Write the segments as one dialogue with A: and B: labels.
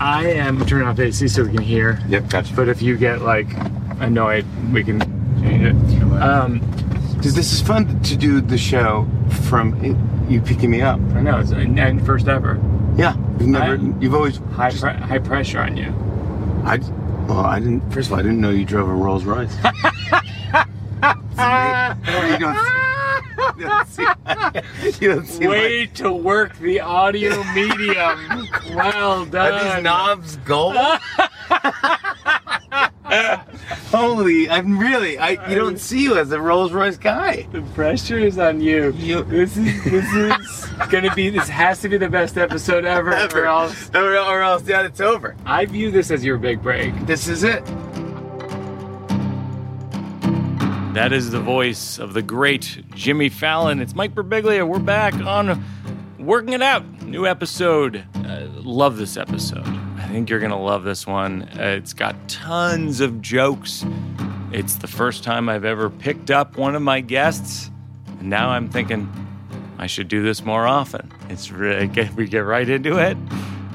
A: I am turning off the AC so we can hear.
B: Yep, gotcha.
A: But if you get like annoyed, we can change it. Um,
B: Because this is fun to do the show from it, you picking me up.
A: I know it's and first ever
B: Yeah, you've never,
A: I-
B: you've always.
A: high
B: just-
A: pre- high pressure on you.
B: I, well, I didn't. First of all, I didn't know you drove a Rolls Royce. you don't see. You don't see. You don't see
A: Way to work the audio medium. well
B: my,
A: done.
B: are these knobs gold? Holy! I'm really. I. You don't see you as a Rolls Royce guy.
A: The pressure is on you.
B: You-
A: This is this is gonna be this has to be the best episode ever,
B: Ever.
A: or else
B: Or, or else, yeah, it's over.
A: I view this as your big break.
B: This is it.
A: That is the voice of the great Jimmy Fallon. It's Mike Birbiglia. We're back on Working It Out. New episode. Uh, love this episode. I think you're going to love this one. Uh, it's got tons of jokes. It's the first time I've ever picked up one of my guests. And now I'm thinking I should do this more often. It's really, we get right into it.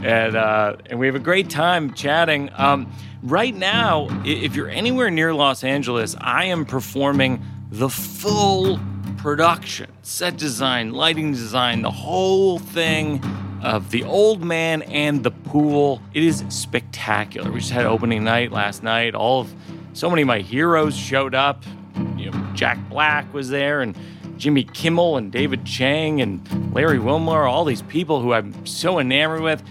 A: And, uh, and we have a great time chatting. Um, right now, i- if you're anywhere near Los Angeles, I am performing the full production set design, lighting design, the whole thing of The Old Man and the Pool. It is spectacular. We just had opening night last night. All of so many of my heroes showed up. You know, Jack Black was there and Jimmy Kimmel and David Chang and Larry Wilmore, all these people who I'm so enamored with.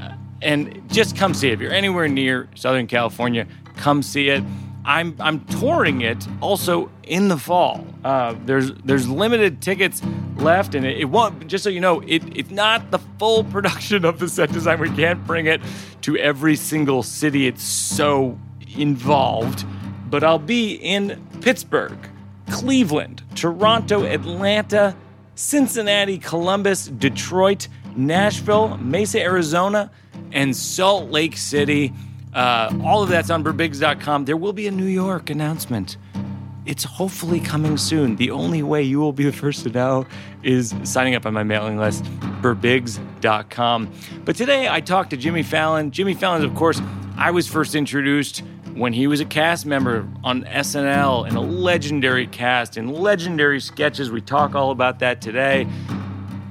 A: Uh, And just come see it. If you're anywhere near Southern California, come see it. I'm I'm touring it also in the fall. Uh, there's there's limited tickets left, and it, it won't. Just so you know, it, it's not the full production of the set design. We can't bring it to every single city. It's so involved. But I'll be in Pittsburgh, Cleveland, Toronto, Atlanta, Cincinnati, Columbus, Detroit, Nashville, Mesa, Arizona, and Salt Lake City. Uh, all of that's on burbigs.com. There will be a New York announcement. It's hopefully coming soon. The only way you will be the first to know is signing up on my mailing list, burbigs.com. But today I talked to Jimmy Fallon. Jimmy Fallon, of course, I was first introduced when he was a cast member on SNL in a legendary cast in legendary sketches. We talk all about that today.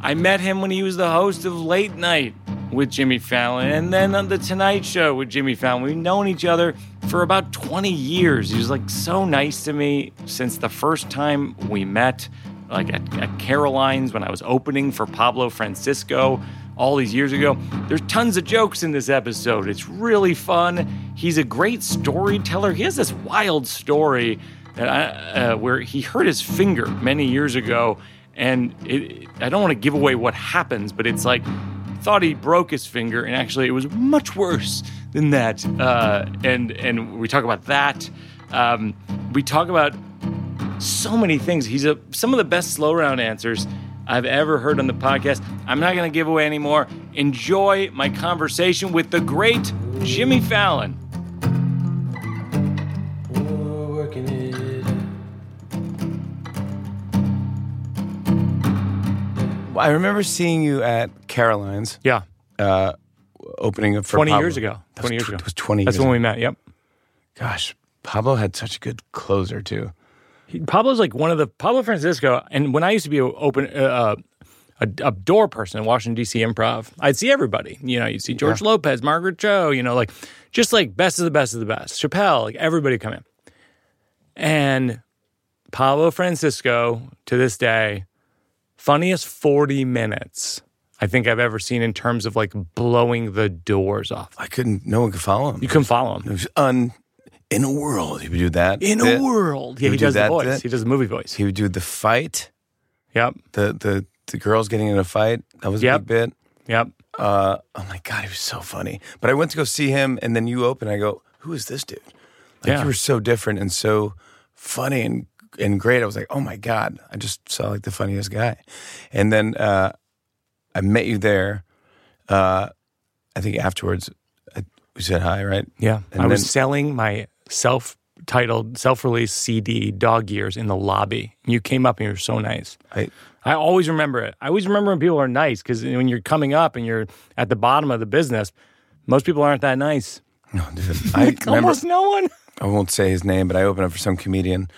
A: I met him when he was the host of Late Night with Jimmy Fallon and then on The Tonight Show with Jimmy Fallon. We've known each other for about 20 years. He was like so nice to me since the first time we met, like at, at Caroline's when I was opening for Pablo Francisco all these years ago. There's tons of jokes in this episode. It's really fun. He's a great storyteller. He has this wild story that I, uh, where he hurt his finger many years ago, and it, I don't want to give away what happens, but it's like thought he broke his finger, and actually it was much worse than that. Uh, and and we talk about that. Um, we talk about so many things. He's a some of the best slow round answers I've ever heard on the podcast. I'm not going to give away anymore. Enjoy my conversation with the great Jimmy Fallon.
B: I remember seeing you at Caroline's
A: Yeah,
B: uh, opening up for
A: 20
B: Pablo.
A: years ago.
B: That was
A: 20 years
B: tw-
A: ago.
B: It was 20
A: that's
B: years
A: when
B: ago.
A: we met. Yep.
B: Gosh, Pablo had such a good closer, too.
A: Pablo's like one of the Pablo Francisco, and when I used to be a open uh, a, a door person in Washington D.C. improv, I'd see everybody. You know, you'd see George Lopez, Margaret Cho. You know, like just like best of the best of the best, Chappelle, like everybody come in. And Pablo Francisco to this day, funniest forty minutes I think I've ever seen in terms of like blowing the doors off.
B: I couldn't, no one could follow him.
A: You can follow him
B: It was un, in a world, he would do that.
A: in
B: bit.
A: a world. Yeah,
B: You
A: he
B: do
A: does the
B: that
A: voice.
B: bit?
A: He does the movie voice.
B: He would do the fight,
A: Yep,
B: the the, the girls getting in a fight. That was a
A: Yep.
B: big bit.
A: yep.
B: Uh, oh my God, he was so funny. But I went to go see him, and then you open, I go, who is this dude? Like,
A: Yeah.
B: you were so different and so funny and and great. I was like, oh my God, I just saw like the funniest guy. And then uh, I met you there. Uh, I think afterwards, I, we said hi, right?
A: Yeah.
B: And
A: I was
B: then-
A: selling my self titled, self released CD, Dog Years, in the lobby. You came up and you were so nice.
B: I,
A: I always remember it. I always remember when people are nice because when you're coming up and you're at the bottom of the business, Most people aren't that nice.
B: No, dude. I remember.
A: Almost no one.
B: I won't say his name, but I opened up for some comedian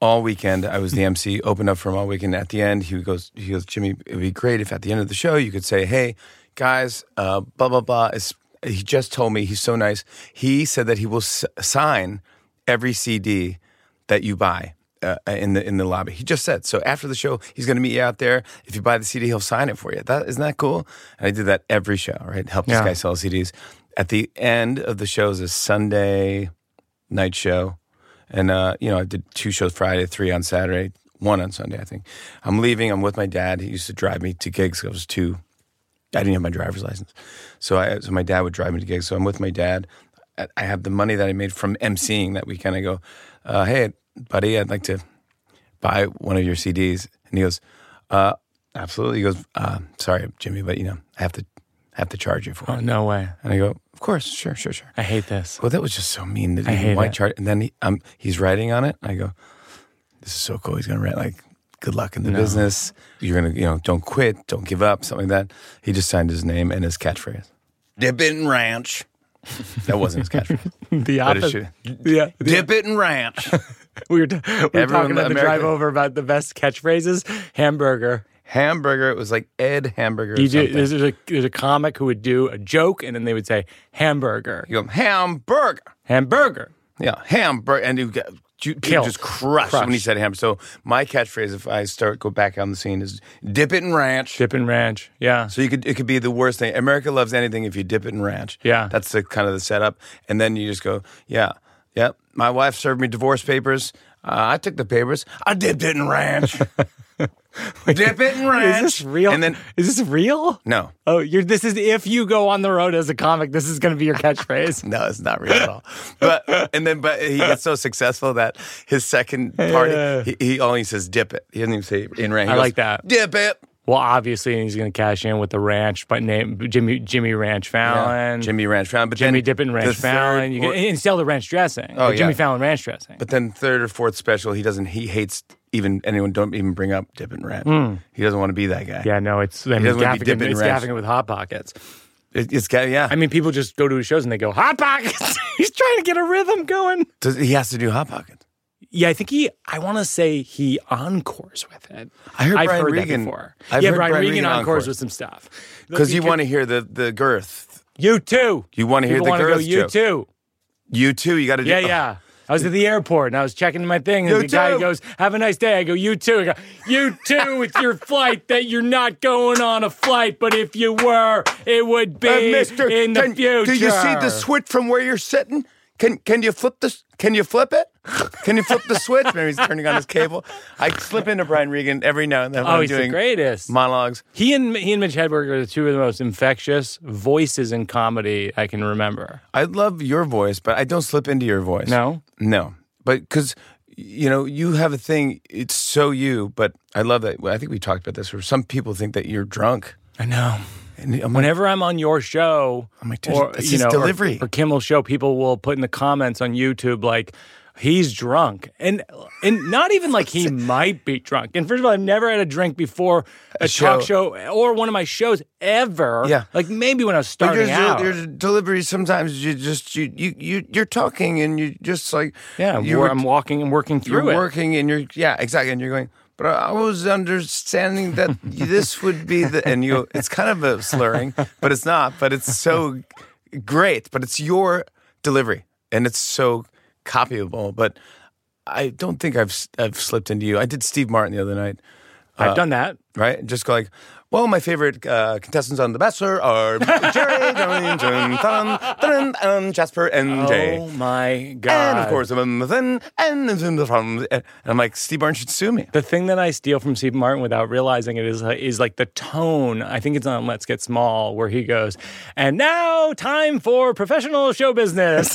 B: all weekend. I was the MC, opened up for him all weekend. At the end, he goes, he goes, Jimmy, it would be great if at the end of the show you could say, hey, guys, uh, blah, blah, blah. It's, he just told me he's so nice. He said that he will s- sign every CD that you buy. Uh, in the in the lobby, he just said. So after the show, he's going to meet you out there. If you buy the CD, he'll sign it for you. That isn't that cool? And I did that every show. Right, help this
A: Yeah.
B: guy sell CDs. At the end of the shows is Sunday night show. And, uh, you know, I did two shows Friday, three on Saturday, one on Sunday, I think. I'm leaving. I'm with my dad. He used to drive me to gigs. I was too, I didn't have my driver's license. So I, so my dad would drive me to gigs. So I'm with my dad. I- I have the money that I made from emceeing that weekend. I go, uh, hey, buddy, I'd like to buy one of your CDs. And he goes, uh, absolutely. He goes, uh, sorry, Jimmy, but, you know, I have to, I have to charge you for it.
A: Oh, no way.
B: And I go, of course, sure, sure, sure.
A: I hate this.
B: Well, Oh, that was just so mean that he
A: hate
B: white
A: it.
B: chart. And then he, um, he's writing on it. I go, this is so cool. He's going to write like, good luck in the business. You're going to, you know, don't quit, don't give up, something like that. He just signed his name and his catchphrase. Dip it in ranch. That wasn't his catchphrase.
A: The
B: But it
A: opposite.
B: should-
A: Yeah,
B: Dip it in ranch.
A: we were, t- we were
B: Everyone
A: talking about
B: let
A: the drive
B: America-
A: over about the best catchphrases. Hamburger.
B: hamburger. It was like Ed Hamburger. or
A: You do,
B: something.
A: there's, there's a, there's a comic who would do a joke and then they would say hamburger,
B: you go, hamburger.
A: hamburger.
B: Yeah, hamburger, and you got you, people
A: Killed.
B: just crushed, when he
A: Crushed.
B: said ham. So my catchphrase, if I start go back on the scene, is dip it in ranch.
A: Dip and ranch. Yeah.
B: So you could it could be the worst thing. America loves anything if you dip it in ranch.
A: Yeah.
B: that's the kind of the setup, and then you just go, yeah, yep. My wife served me divorce papers. Uh, I took the papers. I dipped it in ranch. dip it in ranch.
A: Is this real?
B: And then
A: is this real?
B: no,
A: Oh, you're. This is if you go on the road as a comic, this is going to be your catchphrase.
B: No, it's not real at all. But and then, but he gets so successful that his second party,
A: Yeah.
B: he, he only says "dip it." He doesn't even say "in ranch." He
A: I
B: goes,
A: like that.
B: "Dip it."
A: well, obviously, he's going to cash in with the ranch, but name Jimmy Jimmy Ranch Fallon, Jimmy,
B: Jimmy Ranch Fallon. But
A: Jimmy
B: then
A: Dippin
B: the third
A: Ranch Fallon. You can,
B: or-
A: and sell the ranch dressing. Oh,
B: yeah.
A: Jimmy Fallon ranch dressing.
B: but then third or fourth special, he doesn't. He hates even anyone. Don't even bring up "dip it in ranch." He doesn't want to be that guy.
A: Hmm. yeah, no, it's I mean,
B: doesn't wanna be
A: Gaffigan,
B: dipping
A: it's
B: ranch.
A: Gaffigan with hot pockets.
B: It, it's got yeah.
A: I mean, people just go to his shows and they go hot pockets. he's trying to get a rhythm going.
B: Does, he has to do hot pocket.
A: Yeah, I think he. I want to say he encores with it.
B: I heard
A: I've
B: Brian
A: heard that
B: Regan-
A: before.
B: I've
A: yeah,
B: heard
A: Brian,
B: Brian
A: Regan,
B: Regan
A: encores
B: encore.
A: with some stuff
B: because you want to hear the the girth.
A: You too.
B: You want to hear
A: People
B: the
A: want to go.
B: girth
A: You
B: joke.
A: too.
B: You too. You got to do. Oh,
A: Yeah, yeah. I was at the airport and I was checking my thing, and
B: You
A: the guy
B: too.
A: goes, "Have a nice day." I go, "You too." I go, "You too." It's your flight that you're not going on a flight, but if you were, it would be
B: Uh, mister,
A: in the
B: can-
A: future.
B: Do you see the switch from where you're sitting? Can can you flip this? Can you flip it? Can you flip the switch? Maybe he's turning on his cable. I slip into Brian Regan every now and then. When
A: Oh,
B: I'm
A: he's the
B: doing
A: greatest.
B: monologues.
A: He and he and Mitch Hedberg are the two of the most infectious voices in comedy I can remember.
B: I love your voice, but I don't slip into your voice.
A: No?
B: no, but because you know you have a thing. It's so you, but I love that. well, I think we talked about this. Where some people think that you're drunk.
A: I know.
B: And I'm like,
A: Whenever I'm on your show,
B: I'm like, dude, this is
A: or-
B: delivery.
A: or, Kimmel's show, people will put in the comments on YouTube like he's drunk, and and not even like he might be drunk. And first of all, I've never had a drink before a, talk show or one of my shows ever.
B: Yeah.
A: like maybe when I was
B: But
A: starting
B: your,
A: out.
B: your delivery sometimes you just you you, you you're talking and you just like
A: yeah,
B: you
A: where
B: were
A: I'm walking and working through
B: you're
A: it.
B: working and you're yeah exactly and you're going but i was understanding that this would be the and you it's kind of a slurring but it's not but it's so great but it's your delivery and it's so copyable but i don't think i've s- i've slipped into you i did steve martin the other night
A: I've done that.
B: right? Just go like, well, my favorite uh, contestants on The Bachelor are Jerry, Jones, and Thun, Thun, and Jasper, and
A: Oh
B: Jay.
A: my god!
B: And of course, um, then, and, then from- and I'm like, Steve Martin should sue me.
A: The thing that I steal from Steve Martin without realizing it is uh, is like the tone. I think it's on Let's Get Small where he goes, "And now time for professional show business."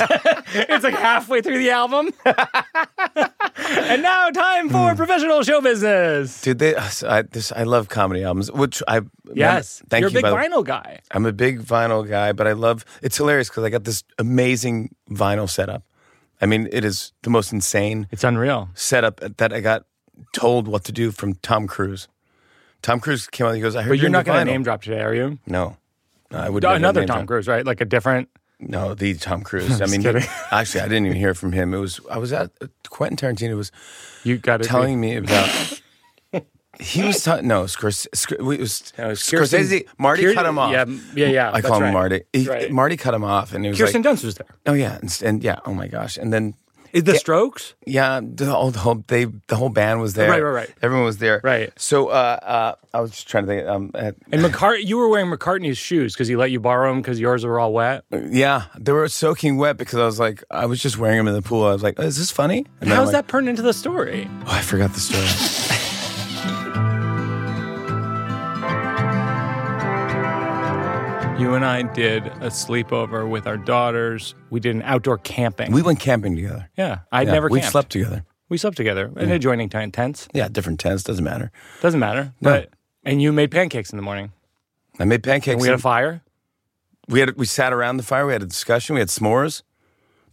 A: it's like halfway through the album. and now time
B: Hmm.
A: for professional show business.
B: Dude, they, uh, I, this, I love comedy albums, which I
A: Yes,
B: Thank
A: you're
B: you.
A: a
B: by
A: big
B: the-
A: vinyl guy.
B: I'm a big vinyl guy, but I love it's hilarious because I got this amazing vinyl setup. I mean, it is the most insane
A: It's unreal.
B: setup that I got told what to do from Tom Cruise. Tom Cruise came out and he goes, "I heard
A: But you're
B: into
A: not going
B: vinyl."
A: to name drop today, are you?
B: No. I would never
A: Another
B: name
A: Tom Cruise, right? Like a different.
B: No, the Tom Cruise. I
A: just
B: mean, he-
A: kidding.
B: actually, I didn't even hear from him. It was I was at Quentin Tarantino was
A: You got it.
B: telling me about. He was ta- no Scorsese. Scor- it was
C: No, it was
B: Scorsese.
C: Kirsten-
B: Marty cut him off.
A: Yeah, yeah, yeah.
B: I
A: that's
B: call him
A: right.
B: Marty. He-
A: Right.
B: Marty cut him off, and he was
A: Kirsten
B: like,
A: Dunst was there.
B: "Oh yeah," and, s- and yeah, oh my gosh, and then
A: Is the Strokes?
B: yeah, the whole, the whole they the whole band was there.
A: Right, right, right.
B: Everyone was there.
A: Right.
B: So uh, uh, I was just trying to think. Um, uh,
A: And McCart- you were wearing McCartney's shoes because he let you borrow them because yours were all wet.
B: yeah, they were soaking wet because I was like, I was just wearing them in the pool. I was like, oh, "Is this funny?" And then I'm
A: How's
B: like,
A: that turned into the story?
B: Oh, I forgot the story.
A: You and I did a sleepover with our daughters. We did an outdoor camping.
B: we went camping together.
A: yeah, I'd
B: Yeah,
A: never
B: we
A: camped.
B: slept together.
A: We slept together in adjoining t- tents.
B: Yeah, different tents doesn't matter.
A: Doesn't matter. But and you made pancakes in the morning.
B: I made pancakes.
A: We had a fire.
B: we had we sat around the fire. We had a discussion. We had s'mores.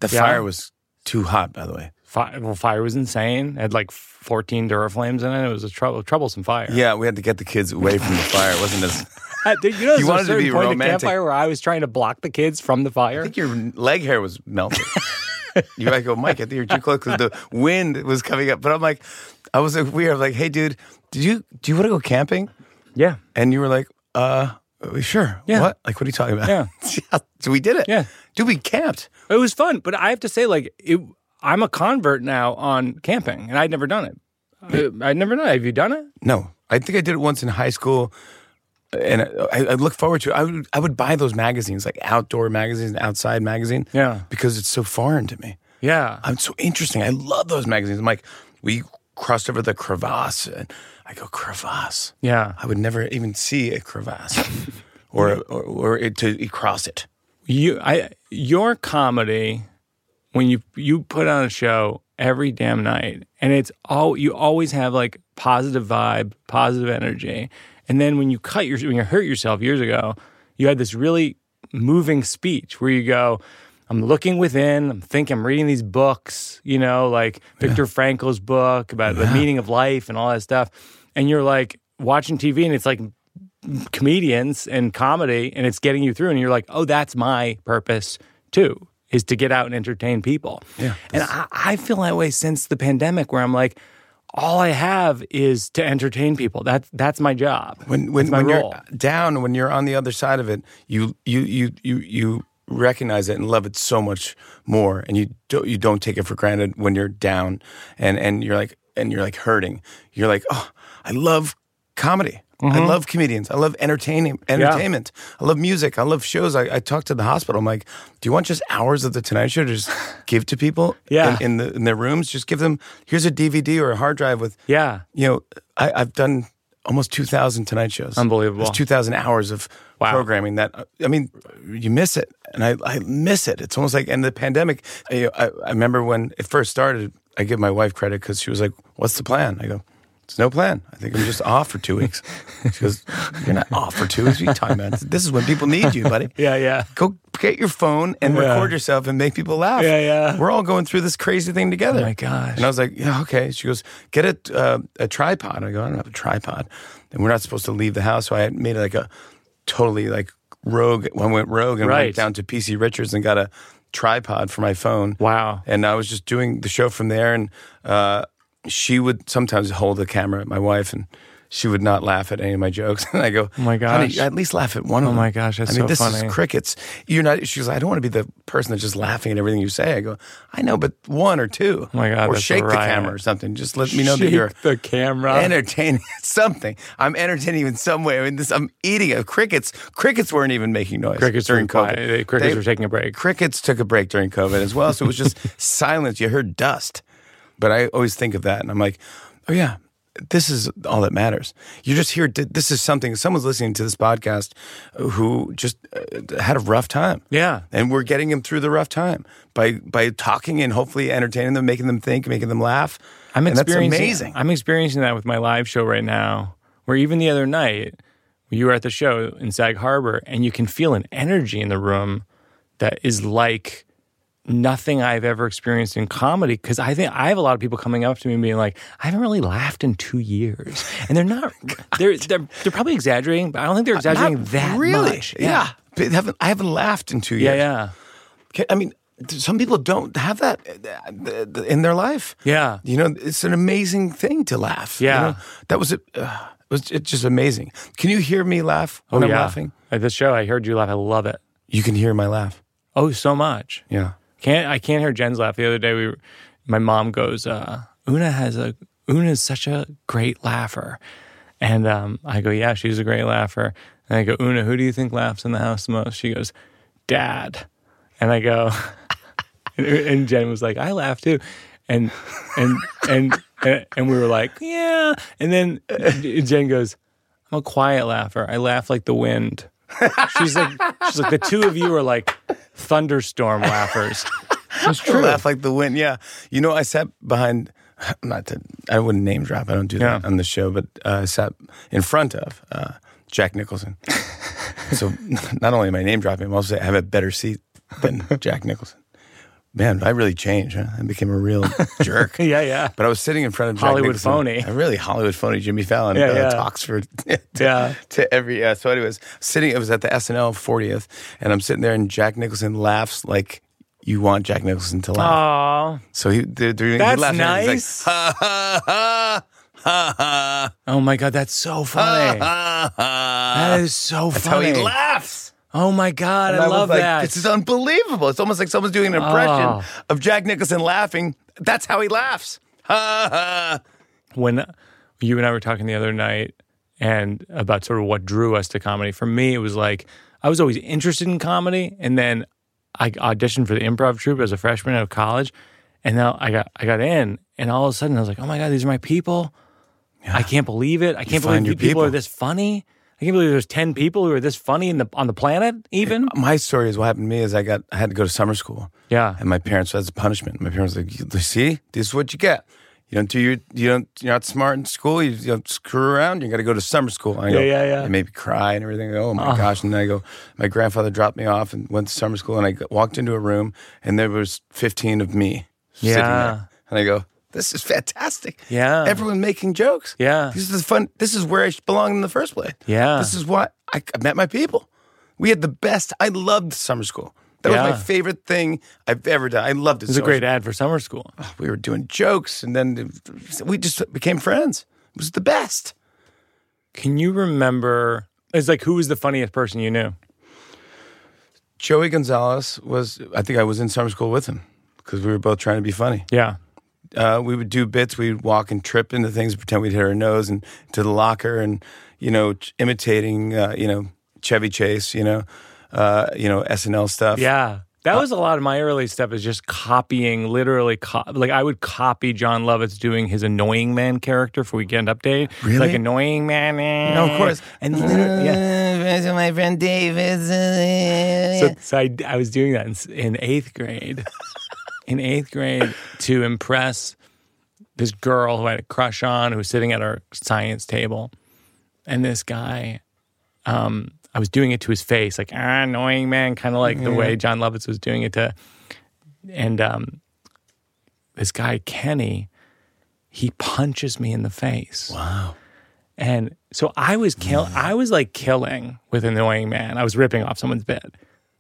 B: The
A: Yeah.
B: fire was too hot, by the way.
A: Fire, well, fire was insane. It had like 14 Duraflames in it. It was a trou- troublesome fire.
B: Yeah, we had to get the kids away from the fire. It wasn't as.
A: At the- you know,
B: You
A: you
B: wanted
A: wanted
B: to
A: certain
B: be
A: point at
B: romantic.
A: campfire where I was trying to block the kids from the
B: I
A: fire.
B: think your leg hair was melting. you I go, Mike. I think you're too close because the wind was coming up. But I'm like, I was like weird. I'm like, hey, dude, did you do you want to go camping?
A: Yeah.
B: And you were like, uh, uh, sure.
A: Yeah.
B: What? Like, what are you talking about?
A: Yeah.
B: so we did it.
A: Yeah.
B: Dude, we camped.
A: It was fun, but I have to say, like, it, I'm a convert now on camping, and I'd never done it. I- I'd never done it. Have you done it?
B: No, I think I did it once in high school, and I, I look forward to. It. I would I would buy those magazines, like outdoor magazines, outside magazine.
A: Yeah.
B: because it's so foreign to me.
A: Yeah.
B: I'm so interesting. I love those magazines. I'm like, we crossed over the crevasse, and I go crevasse.
A: Yeah.
B: I would never even see a crevasse, or or, or it, to cross it.
A: You, I, your comedy, when you you put on a show every damn night, and it's all you always have like positive vibe, positive energy, and then when you cut your when you hurt yourself years ago, you had this really moving speech where you go. I'm looking within. I'm thinking. I'm reading these books, you know, like Viktor Frankl's book about the meaning of life and all that stuff. And you're like watching TV, and it's like comedians and comedy and it's getting you through and you're like oh that's my purpose too is to get out and entertain people yeah and I, I feel that way since the pandemic where i'm like all i have is to entertain people that's that's my job
B: when when,
A: That's my
B: when
A: role.
B: you're down when you're on the other side of it you you you you you recognize it and love it so much more and you don't you don't take it for granted when you're down and and you're like and you're like hurting you're like oh i love comedy
A: Mm-hmm.
B: i love comedians i love entertaining entertainment i love music i love shows I, I talk to the hospital i'm like do you want just hours of the tonight show to just give to people
A: Yeah.
B: in, in the in their rooms just give them here's a dvd or a hard drive with
A: yeah
B: you know, I, I've done almost 2,000 Tonight Shows.
A: Unbelievable.
B: It's 2,000 hours of programming that, I mean, you miss it. And I, I miss it. It's almost like, and the pandemic, I, I, I remember when it first started, I give my wife credit because she was like, What's the plan? I go, It's no plan. I think I'm just off for two weeks. She goes, You're not off for two weeks. What are you talking about? This is when people need you, buddy.
A: yeah yeah
B: Go get your phone and record yourself and make people laugh.
A: Yeah, yeah.
B: We're all going through this crazy thing together.
A: Oh my gosh.
B: And I was like, yeah, okay. She goes, get a, uh, a tripod. I go, I don't have a tripod. And we're not supposed to leave the house. So I had made like a totally like rogue, I went rogue and
A: Right.
B: went down to PC Richards and got a tripod for my phone.
A: wow
B: And I was just doing the show from there. And uh, she would sometimes hold the camera, my wife, and she would not laugh at any of my jokes. And I go, oh
A: my
B: Honey,
A: gosh. Oh
B: at least laugh at one of them.
A: my gosh, that's
B: I mean,
A: so
B: this
A: funny.
B: is crickets. You're not, she goes, I don't want to be the person that's just laughing at everything you say. I go, I know, but one or two. Oh
A: my God,
B: Or
A: that's a
B: shake the
A: riot.
B: camera or something. Just let me know that
A: Shake
B: you're
A: the camera
B: entertaining something. I'm entertaining you in some way. I mean, this, I'm eating it. Crickets, crickets weren't even making noise
A: crickets
B: during
A: were
B: COVID.
A: quiet. The crickets
B: They-
A: were taking a break
B: crickets took a break during COVID as well. So it was just silence. You heard dust. But I always think of that and I'm like, oh, yeah, this is all that matters. You just hear this is something, someone's listening to this podcast who just uh, had a rough time.
A: yeah
B: And we're getting them through the rough time by by talking and hopefully entertaining them, making them think, making them laugh.
A: I'm
B: and that's
A: experiencing.
B: amazing.
A: I'm experiencing that with my live show right now. Where even the other night, you were at the show in Sag Harbor, and you can feel an energy in the room that is like nothing I've ever experienced in comedy. Because I think I have a lot of people coming up to me and being like, "I haven't really laughed in two years," and they're not. They're they're, they're probably exaggerating, but I don't think they're exaggerating
B: Uh, Not
A: that
B: really.
A: much.
B: Yeah. But they haven't- I haven't laughed in two
A: Yeah,
B: years.
A: yeah,
B: Ca- I mean, th- some people don't have that uh, th- th- in their life.
A: yeah.
B: You know, it's an amazing thing to laugh. you
A: Yeah.
B: know? that was it. Uh, it was it's just amazing. Can you hear me laugh when I'm
A: Oh, yeah.
B: laughing?
A: At this show, I heard you laugh. I love it.
B: You can hear my laugh.
A: Oh, so much.
B: Yeah.
A: Can't I can't hear Jen's laugh. The other day, we, were, my mom goes, uh, "Una has a Una is such a great laugher," and um, I go, "Yeah, she's a great laugher." And I go, "Una, who do you think laughs in the house the most?" She goes, "Dad," and I go, and, and Jen was like, "I laugh too," and and and and, and we were like, "Yeah," and then Jen goes, "I'm a quiet laugher. I laugh like the wind." She's like, she's like, the two of you are like thunderstorm laughers.
B: It's true. Laugh like the wind. Yeah. You know, I sat behind, not to, I wouldn't name drop. I don't do that
A: Yeah.
B: on the show, but uh, I sat in front of uh, Jack Nicholson. so not only am I name dropping, I'm also I have a better seat than Jack Nicholson. Man, I really changed. Huh? I became a real jerk.
A: Yeah, yeah,
B: But I was sitting in front of Jack
A: Hollywood
B: Nicholson.
A: phony.
B: A really Hollywood phony Jimmy Fallon
A: Yeah,
B: uh,
A: yeah.
B: talks for to,
A: Yeah.
B: to every. Uh, so, anyways, sitting. It was at the SNL 40th, and I'm sitting there, and Jack Nicholson laughs like you want Jack Nicholson to laugh.
A: Oh,
B: so he, they're, doing- he
A: That's
B: laughs and he's
A: nice.
B: Like, ha ha ha ha ha
A: oh my God, that's so funny.
B: ha ha.
A: That is so
B: That's how
A: funny.
B: he laughs.
A: Oh my God,
B: And
A: I
B: was
A: love
B: like,
A: that.
B: This is unbelievable. It's almost like someone's doing an impression
A: Oh.
B: of Jack Nicholson laughing. That's how he laughs. Ha ha.
A: when you and I were talking the other night and about sort of what drew us to comedy, for me, it was like I was always interested in comedy, and then I auditioned for the improv troupe as a freshman out of college, and now I got I got in, and all of a sudden I was like, oh my god, these are my people. I can't believe it. I can't believe
B: find your
A: people, people are
B: people.
A: this funny. I can't believe there's ten people who are this funny in the on the planet even.
B: my story is what happened to me is I got I had to go to summer school.
A: Yeah.
B: And my parents as a punishment. My parents were like, "You- see, this is what you get. You don't do your you don't you're not smart in school, you, you don't screw around, you gotta go to summer school. And I go,
A: Yeah, yeah, Ah. yeah.
B: It made me cry and everything. I go, oh my gosh. And then I go, my grandfather dropped me off and went to summer school and I g- walked into a room and there was fifteen of me sitting
A: Yeah.
B: there. And I go, This is fantastic.
A: Yeah.
B: Everyone making jokes.
A: Yeah.
B: This is fun. This is where I should belong in the first place.
A: Yeah.
B: This is why I I met my people. We had the best. I loved summer school. That was
A: Yeah.
B: my favorite thing I've ever done. I loved it.
A: It's a great ad for summer school.
B: We were doing jokes, and then we just became friends. It was the best.
A: Can you remember? It's like who was the funniest person you knew?
B: Joey Gonzalez was. I think I was in summer school with him because we were both trying to be funny.
A: Yeah.
B: Uh, we would do bits. We'd walk and trip into things, pretend we'd hit our nose, and to the locker, and you know, ch- imitating, uh, you know, Chevy Chase, you know, uh, you know, SNL stuff. Uh,
A: Yeah. That was a lot of my early stuff is just copying, literally, co- like I would copy John Lovitz doing his annoying man character for Weekend Update.
B: Really?
A: Like annoying man. eh.
B: No, of course.
A: And literally, yeah.
B: yeah. my friend David. uh,
A: So, so I, I was doing that in, s- in eighth grade, in eighth grade to impress this girl who I had a crush on, who was sitting at our science table, and this guy. Um, I was doing it to his face, like ah, annoying man, kind of like the way John Lovitz was doing it to, and um, this guy Kenny, he punches me in the face. And so I was kill I was like killing with annoying man. I was ripping off someone's bit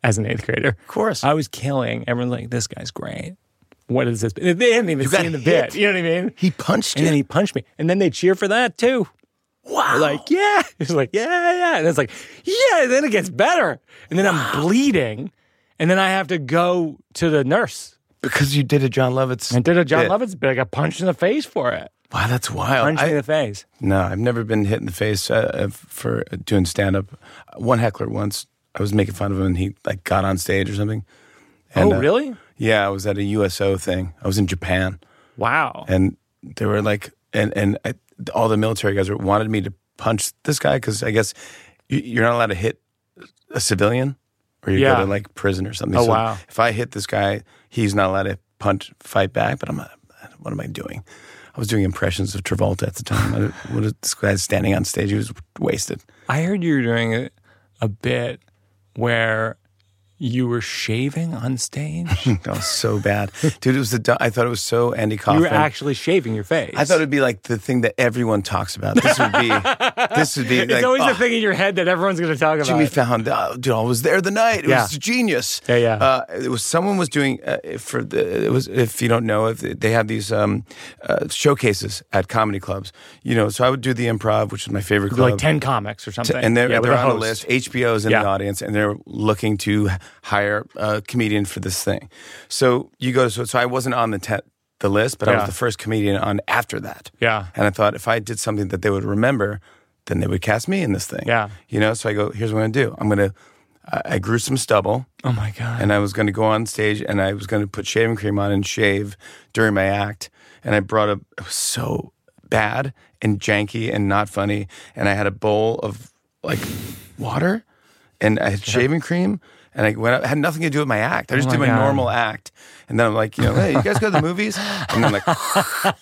A: as an eighth grader. Of
B: course.
A: I was killing. Everyone's like, this guy's great. What is this? They hadn't even
B: got
A: seen the
B: hit.
A: bit. You know what I mean?
B: He punched
A: And
B: you.
A: then he punched me. And then they cheer for that too.
B: wow.
A: They're like, yeah. It's like, yeah, yeah. And it's like, yeah, and then it gets better. And then I'm bleeding. And then I have to go to the nurse.
B: because you did a John Lovitz.
A: And did a John
B: bit.
A: Lovitz bit. I got punched in the face for it.
B: Wow, that's wild.
A: Punched me in
B: Oh, I,
A: the face.
B: no, I've never been hit in the face uh, uh, for doing stand up. One heckler once, I was making fun of him and he like got on stage or something. And,
A: oh,
B: uh,
A: really?
B: Yeah, I was at a USO thing. I was in Japan.
A: Wow.
B: and they were like, and and I, all the military guys were, wanted me to punch this guy because I guess you, you're not allowed to hit a civilian, or you
A: Yeah.
B: go to like prison or something.
A: Oh, wow.
B: If I hit this guy, he's not allowed to punch, fight back. But I'm not. What am I doing? I was doing impressions of Travolta at the time. I, what is this guy standing on stage? He was wasted.
A: I heard you were doing a, a bit where you were shaving on stage.
B: That was so bad, dude. It was the. du- I thought it was so Andy Kaufman.
A: you were actually shaving your face.
B: I thought it'd be like the thing that everyone talks about. This would be. this would be.
A: it's
B: like,
A: always
B: oh,
A: the thing in your head that everyone's going to talk about.
B: Jimmy found out. Dude, I was there the night. It
A: Yeah.
B: was genius.
A: Yeah, yeah.
B: Uh, it was someone was doing uh, for the. It was if you don't know if they have these um, uh, showcases at comedy clubs. You know, so I would do the improv, which is my favorite club.
A: like ten comics or something,
B: and they're,
A: Yeah, with
B: they're
A: a
B: on a
A: host.
B: list. HBO's in
A: Yeah.
B: the audience, and they're looking to hire a comedian for this thing. So you go. So, so I wasn't on the te- the list, but I
A: Yeah.
B: was the first comedian on after that.
A: Yeah.
B: And I thought if I did something that they would remember, then they would cast me in this thing.
A: Yeah.
B: You know. So I go. Here's what I'm gonna do. I'm gonna. I, I grew some stubble,
A: Oh my god!
B: and I was gonna go on stage, and I was gonna put shaving cream on and shave during my act. And I brought up it was so bad and janky and not funny. And I had a bowl of like water and I had shaving cream and I went up, had nothing to do with my act. I just did my
A: Oh God.
B: normal act. And then I'm like, you know, hey, you guys go to the movies? And then like,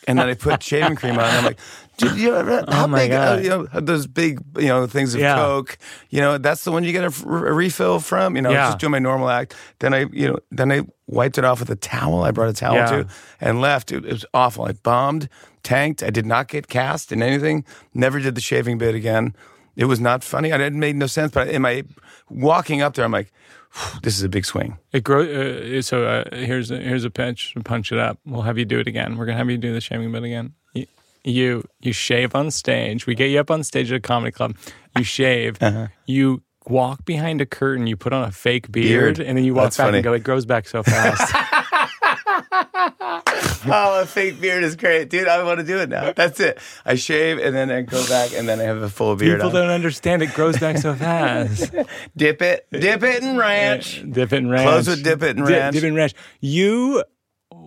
B: and then I put shaving cream on. And I'm like, "Dude, you know, how
A: Oh my
B: big, uh,
A: God.
B: you know, those big, you know, things of
A: Yeah.
B: Coke, you know, that's the one you get a, f- a refill from, you know,
A: Yeah.
B: just doing my normal act. Then I, you know, then I wiped it off with a towel. I brought a towel
A: Yeah.
B: too and left. It, it was awful. I bombed, tanked. I did not get cast in anything. Never did the shaving bit again. It was not funny. I- It made no sense. But in my walking up there, I'm like, "Whew, this is a big swing.
A: It grows. Uh, so uh, here's a, here's a pitch. Punch it up. We'll have you do it again. We're gonna have you do the shaming bit again. You, you you shave on stage. We get you up on stage at a comedy club. You shave.
B: Uh-huh.
A: You walk behind a curtain. You put on a fake beard,
B: Beard.
A: and then you walk
B: That's
A: back
B: funny.
A: and go. It grows back so fast.
B: Oh, a fake beard is great, dude. I want to do it now. That's it. I shave and then I go back and then I have a full beard.
A: People
B: on.
A: don't understand. It grows back so fast.
B: Dip it, dip it in ranch.
A: dip it and ranch.
B: Close with dip it and
A: Di-
B: ranch.
A: Dip, it and ranch. You,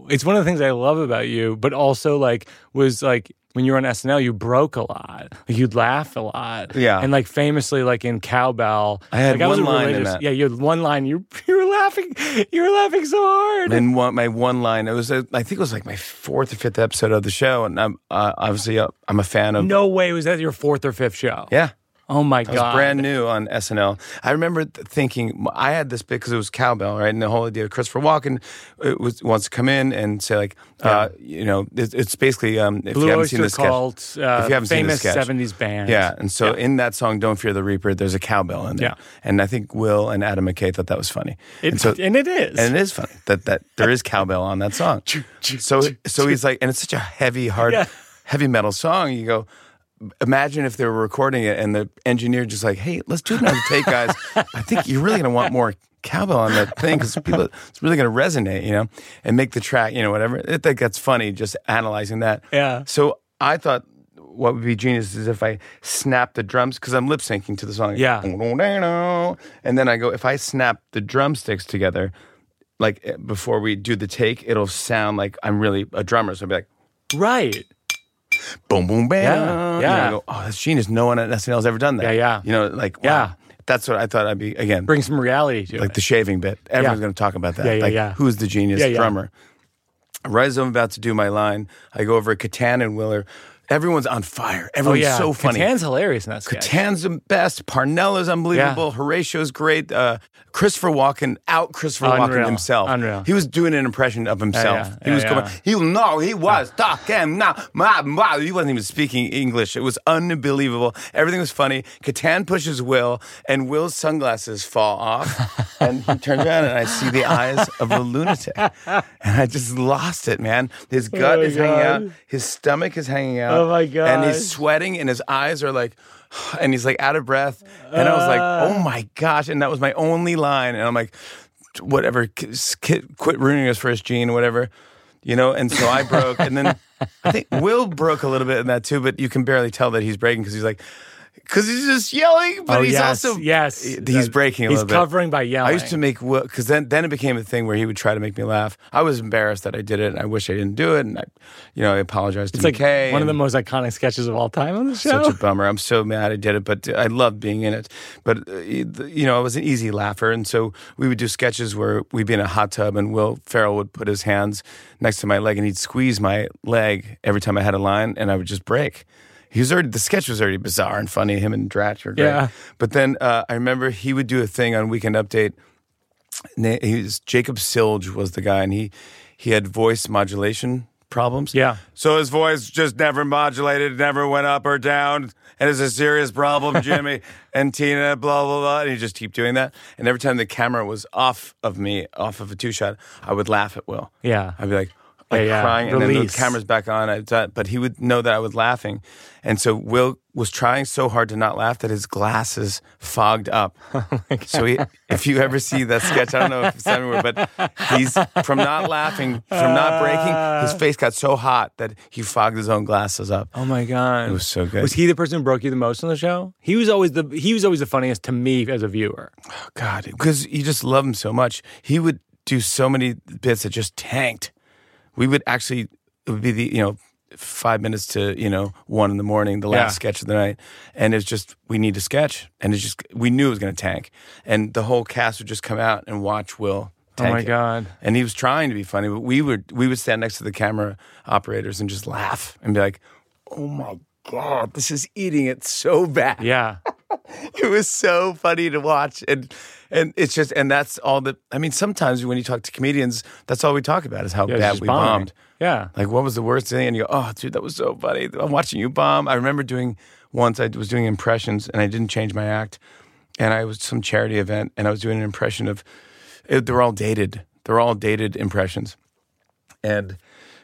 A: it's one of the things I love about you, but also like was like when you were on SNL, you broke a lot. Like you'd laugh a lot.
B: Yeah.
A: And like famously, like in Cowbell,
B: I had
A: like, was
B: one
A: a
B: line in
A: religious-
B: that.
A: Yeah, you had one line. You you were laughing. You were laughing so hard.
B: And one, my one line, it was, uh, I think it was like my fourth or fifth episode of the show. And I'm uh, obviously, uh, I'm a fan of.
A: no way was that your fourth or fifth show.
B: Yeah.
A: Oh my
B: It was
A: god.
B: brand new on SNL. I remember th- thinking I had this bit because it was cowbell, right? And the whole idea of Christopher Walken uh, was, wants to come in and say like, uh, you know, it's, it's basically um, if
A: Blue
B: you haven't seen
A: Oyster
B: the sketch,
A: Cult. Uh,
B: if you haven't seen the
A: famous
B: sketch.
A: '70s band.
B: yeah. And so in that song, "Don't Fear the Reaper," there's a cowbell in there,
A: Yeah.
B: and I think Will and Adam McKay thought that was funny. and
A: It, and,
B: so
A: it is.
B: and it is funny that that there is cowbell on that song. so so he's like, and it's such a heavy, hard,
A: Yeah.
B: heavy metal song. You go, imagine if they were recording it and the engineer just like, hey, let's do another take, guys. I think you're really gonna want more cowbell on that thing because people, it's really gonna resonate, you know, and make the track, you know, whatever. I think that's funny just analyzing that.
A: Yeah.
B: So I thought. What would be genius is if I snap the drums because I'm lip syncing to the song.
A: Yeah.
B: And then I go, if I snap the drumsticks together, like eh, before we do the take, it'll sound like I'm really a drummer. So I'll be like,
A: right.
B: boom, boom, bam. You know,
A: Yeah, yeah.
B: I go, oh, that's genius. No one at SNL has ever done that.
A: Yeah, yeah.
B: You know, like, wow.
A: Yeah.
B: That's what I thought I'd be, again,
A: Bring some reality to
B: like
A: it.
B: the shaving bit. Everyone's
A: Yeah.
B: going to talk about that.
A: Yeah, yeah,
B: like,
A: yeah.
B: who's the genius
A: Yeah, yeah.
B: drummer? Right as I'm about to do my line, I go over Catan and Willer. Everyone's on fire.
A: Oh,
B: Everyone's so funny.
A: Catan's hilarious in that sketch.
B: Tan's the best. Parnella's unbelievable.
A: Yeah.
B: Horatio's great. Uh, Christopher Walken out Christopher
A: Unreal.
B: Walken himself.
A: Unreal.
B: He was doing an impression of himself.
A: yeah.
B: He was
A: Yeah,
B: going.
A: yeah.
B: He no. He was talking. Nah, ma, ma. He wasn't even speaking English. It was unbelievable. Everything was funny. Catan pushes Will, and Will's sunglasses fall off, and he turns around, and I see the eyes of a lunatic, and I just lost it, man. His gut
A: Oh my
B: is hanging
A: God.
B: out. His stomach is hanging out.
A: Oh, my
B: And he's
A: gosh.
B: sweating and his eyes are like and he's like out of breath and i was like
A: Uh.
B: oh my gosh and that was my only line and i'm like whatever k- k- quit ruining us first gene whatever you know and so i broke and then i think will broke a little bit in that too but you can barely tell that he's breaking because he's like because he's just yelling but
A: Oh,
B: he's
A: yes,
B: also
A: yes.
B: he's breaking a
A: He's
B: little bit
A: covering by yelling.
B: i used to make will because then then it became a thing where he would try to make me laugh i was embarrassed that i did it and i wish i didn't do it and i you know i apologized to
A: It's like
B: McKay
A: one of the
B: and-
A: most iconic sketches of all time on the show.
B: such a bummer. I'm so mad I did it, but I love being in it. But uh, you know, I was an easy laugher, and so we would do sketches where we'd be in a hot tub, and Will Ferrell would put his hands next to my leg, and he'd squeeze my leg every time I had a line, and I would just break. He was already the sketch was already bizarre and funny. Him and Dratch were great,
A: Yeah.
B: but then uh, I remember he would do a thing on Weekend Update na- he was Jacob Silge was the guy, and he he had voice modulation problems.
A: Yeah.
B: So his voice just never modulated, never went up or down, and it's a serious problem, Jimmy and Tina. Blah blah blah. And he just keep doing that. And every time the camera was off of me, off of a two shot, I would laugh at Will.
A: Yeah.
B: I'd be like. Like
A: Yeah, yeah.
B: crying, and then the
A: Release.
B: camera's back on. I thought, but he would know that I was laughing, and so Will was trying so hard to not laugh that his glasses fogged up. So he, if you ever see that sketch, I don't know if it's anywhere, but he's from not laughing, from not breaking, his face got so hot that he fogged his own glasses up.
A: Oh my god, it
B: was so good.
A: Was he the person who broke you the most on the show? He was always the he was always the funniest to me as a viewer.
B: Oh God, because you just love him so much. He would do so many bits that just tanked. We would actually it would be the you know five minutes to you know one in the morning, the last
A: Yeah.
B: sketch of the night, and it's just we need a sketch, and it's just we knew it was going to tank, and the whole cast would just come out and watch Will. Tank
A: Oh my
B: it.
A: God.
B: And he was trying to be funny, but we would we would stand next to the camera operators and just laugh and be like, "Oh my god, this is eating it so bad."
A: Yeah,
B: it was so funny to watch and and it's just and that's all that i mean sometimes when you talk to comedians that's all we talk about is how
A: it's
B: bad
A: just
B: we
A: bombing.
B: bombed
A: Yeah,
B: like what was the worst thing and you go oh dude that was so funny i'm watching you bomb i remember doing once i was doing impressions and i didn't change my act and i was at some charity event and i was doing an impression of it, they're all dated they're all dated impressions and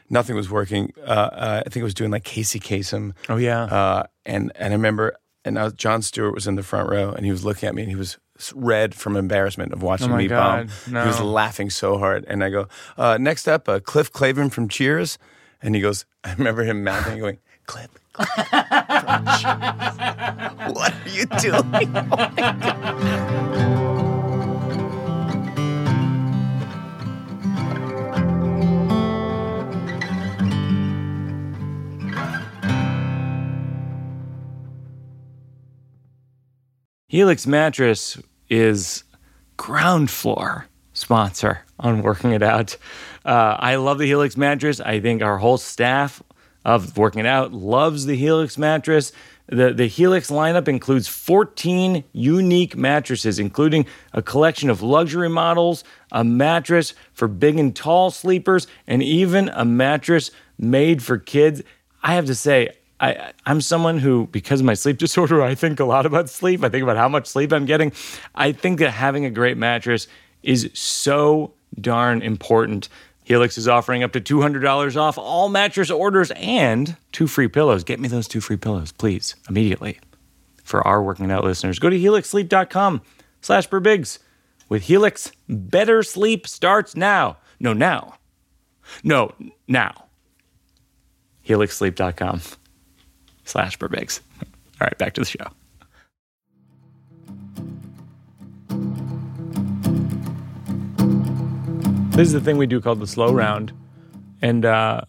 B: nothing was working uh, uh, i think i was doing like casey Kasem
A: oh yeah.
B: uh, and and I remember, and I was, John Stewart was in the front row, and he was looking at me, and he was s- red from embarrassment of watching
A: Oh my
B: me
A: God,
B: bomb. He was
A: no.
B: laughing so hard, and I go, uh, "Next up, uh, Cliff Clavin from Cheers," and he goes, "I remember him mouthing, and going, Cliff." Clavin from Cheers. What are you doing?
C: Helix Mattress is ground floor sponsor on Working It Out. Uh, I love the Helix mattress. I think our whole staff of Working It Out loves the Helix mattress. The, the Helix lineup includes 14 unique mattresses, including a collection of luxury models, a mattress for big and tall sleepers, and even a mattress made for kids. I have to say, I, I'm someone who, because of my sleep disorder, I think a lot about sleep. I think about how much sleep I'm getting. I think that having a great mattress is so darn important. Helix is offering up to $200 off all mattress orders and two free pillows. Get me those two free pillows, please, immediately. For our working out listeners, go to helixsleep.com slash perbigs. With Helix, better sleep starts now. No, now. No, now helixsleep.com slash Burbigs. All right, back to the show.
A: This is the thing we do called the slow round. And uh,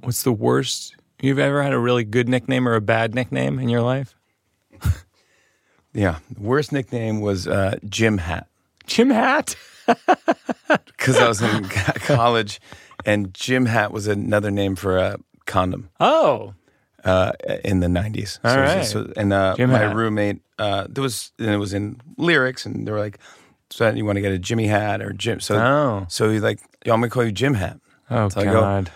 A: what's the worst you've ever had a really good nickname or a bad nickname in your life?
B: Yeah, worst nickname was uh, Jim Hat.
A: Jim Hat.
B: because I was in co- college, and Jim Hat was another name for a condom
A: Oh,
B: uh, in the nineties.
A: All right.
B: and uh,
A: Jim
B: my
A: Hat.
B: roommate, uh, there was and it was in lyrics, and they were like, "So you want to get a Jimmy Hat or Jim?" So
A: Oh.
B: so he's like, "Yo, I'm gonna call you Jim Hat."
A: oh
B: So I go-
A: God.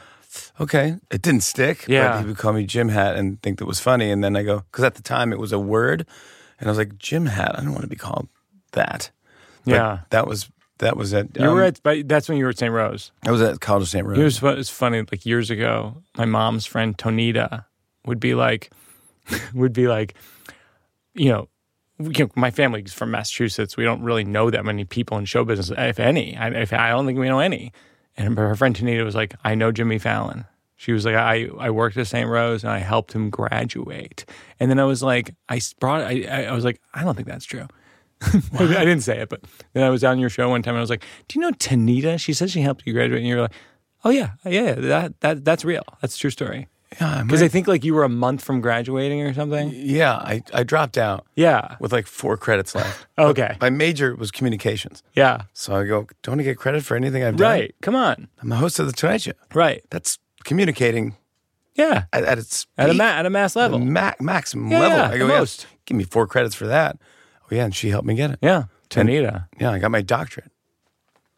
B: Okay, it didn't stick.
A: Yeah.
B: but he would call me Jim Hat and think that was funny, and then I go because at the time it was a word, and I was like, "Jim Hat, I don't want to be called that." But
A: Yeah.
B: that was that was at
A: You
B: um,
A: were at, but that's when you were at St. Rose.
B: I was at College of St. Rose.
A: It was, fu- it's funny. Like years ago, my mom's friend Tonita would be like, would be like, you know, we, you know, my family's from Massachusetts. We don't really know that many people in show business, if any. I, if, I don't think we know any. And her friend Tonita was like, I know Jimmy Fallon. She was like, I, I worked at St. Rose and I helped him graduate. And then I was like, I s- brought, I, I I was like, I don't think that's true. I didn't say it, but then I was on your show one time and I was like, Do you know Tanita? She said she helped you graduate. And you were like, Oh, yeah, yeah, yeah, that, that, that's real. That's a true story.
B: Yeah, I
A: Because I think like you were a month from graduating or something.
B: Yeah, I, I dropped out
A: Yeah.
B: with like four credits left.
A: Okay.
B: My major was communications.
A: Yeah.
B: So I go, don't I get credit for anything I've done?
A: Right. Come on.
B: I'm the host of The Tonight Show.
A: Right.
B: That's communicating
A: Yeah.
B: at, at its
A: At a,
B: peak,
A: ma- at a mass
B: the
A: level.
B: ma- maximum
A: Yeah,
B: level.
A: yeah,
B: I go,
A: the
B: yeah,
A: most.
B: give me four credits for that. Oh, yeah. And she helped me get it.
A: Yeah. Tanita.
B: Yeah, I got my doctorate.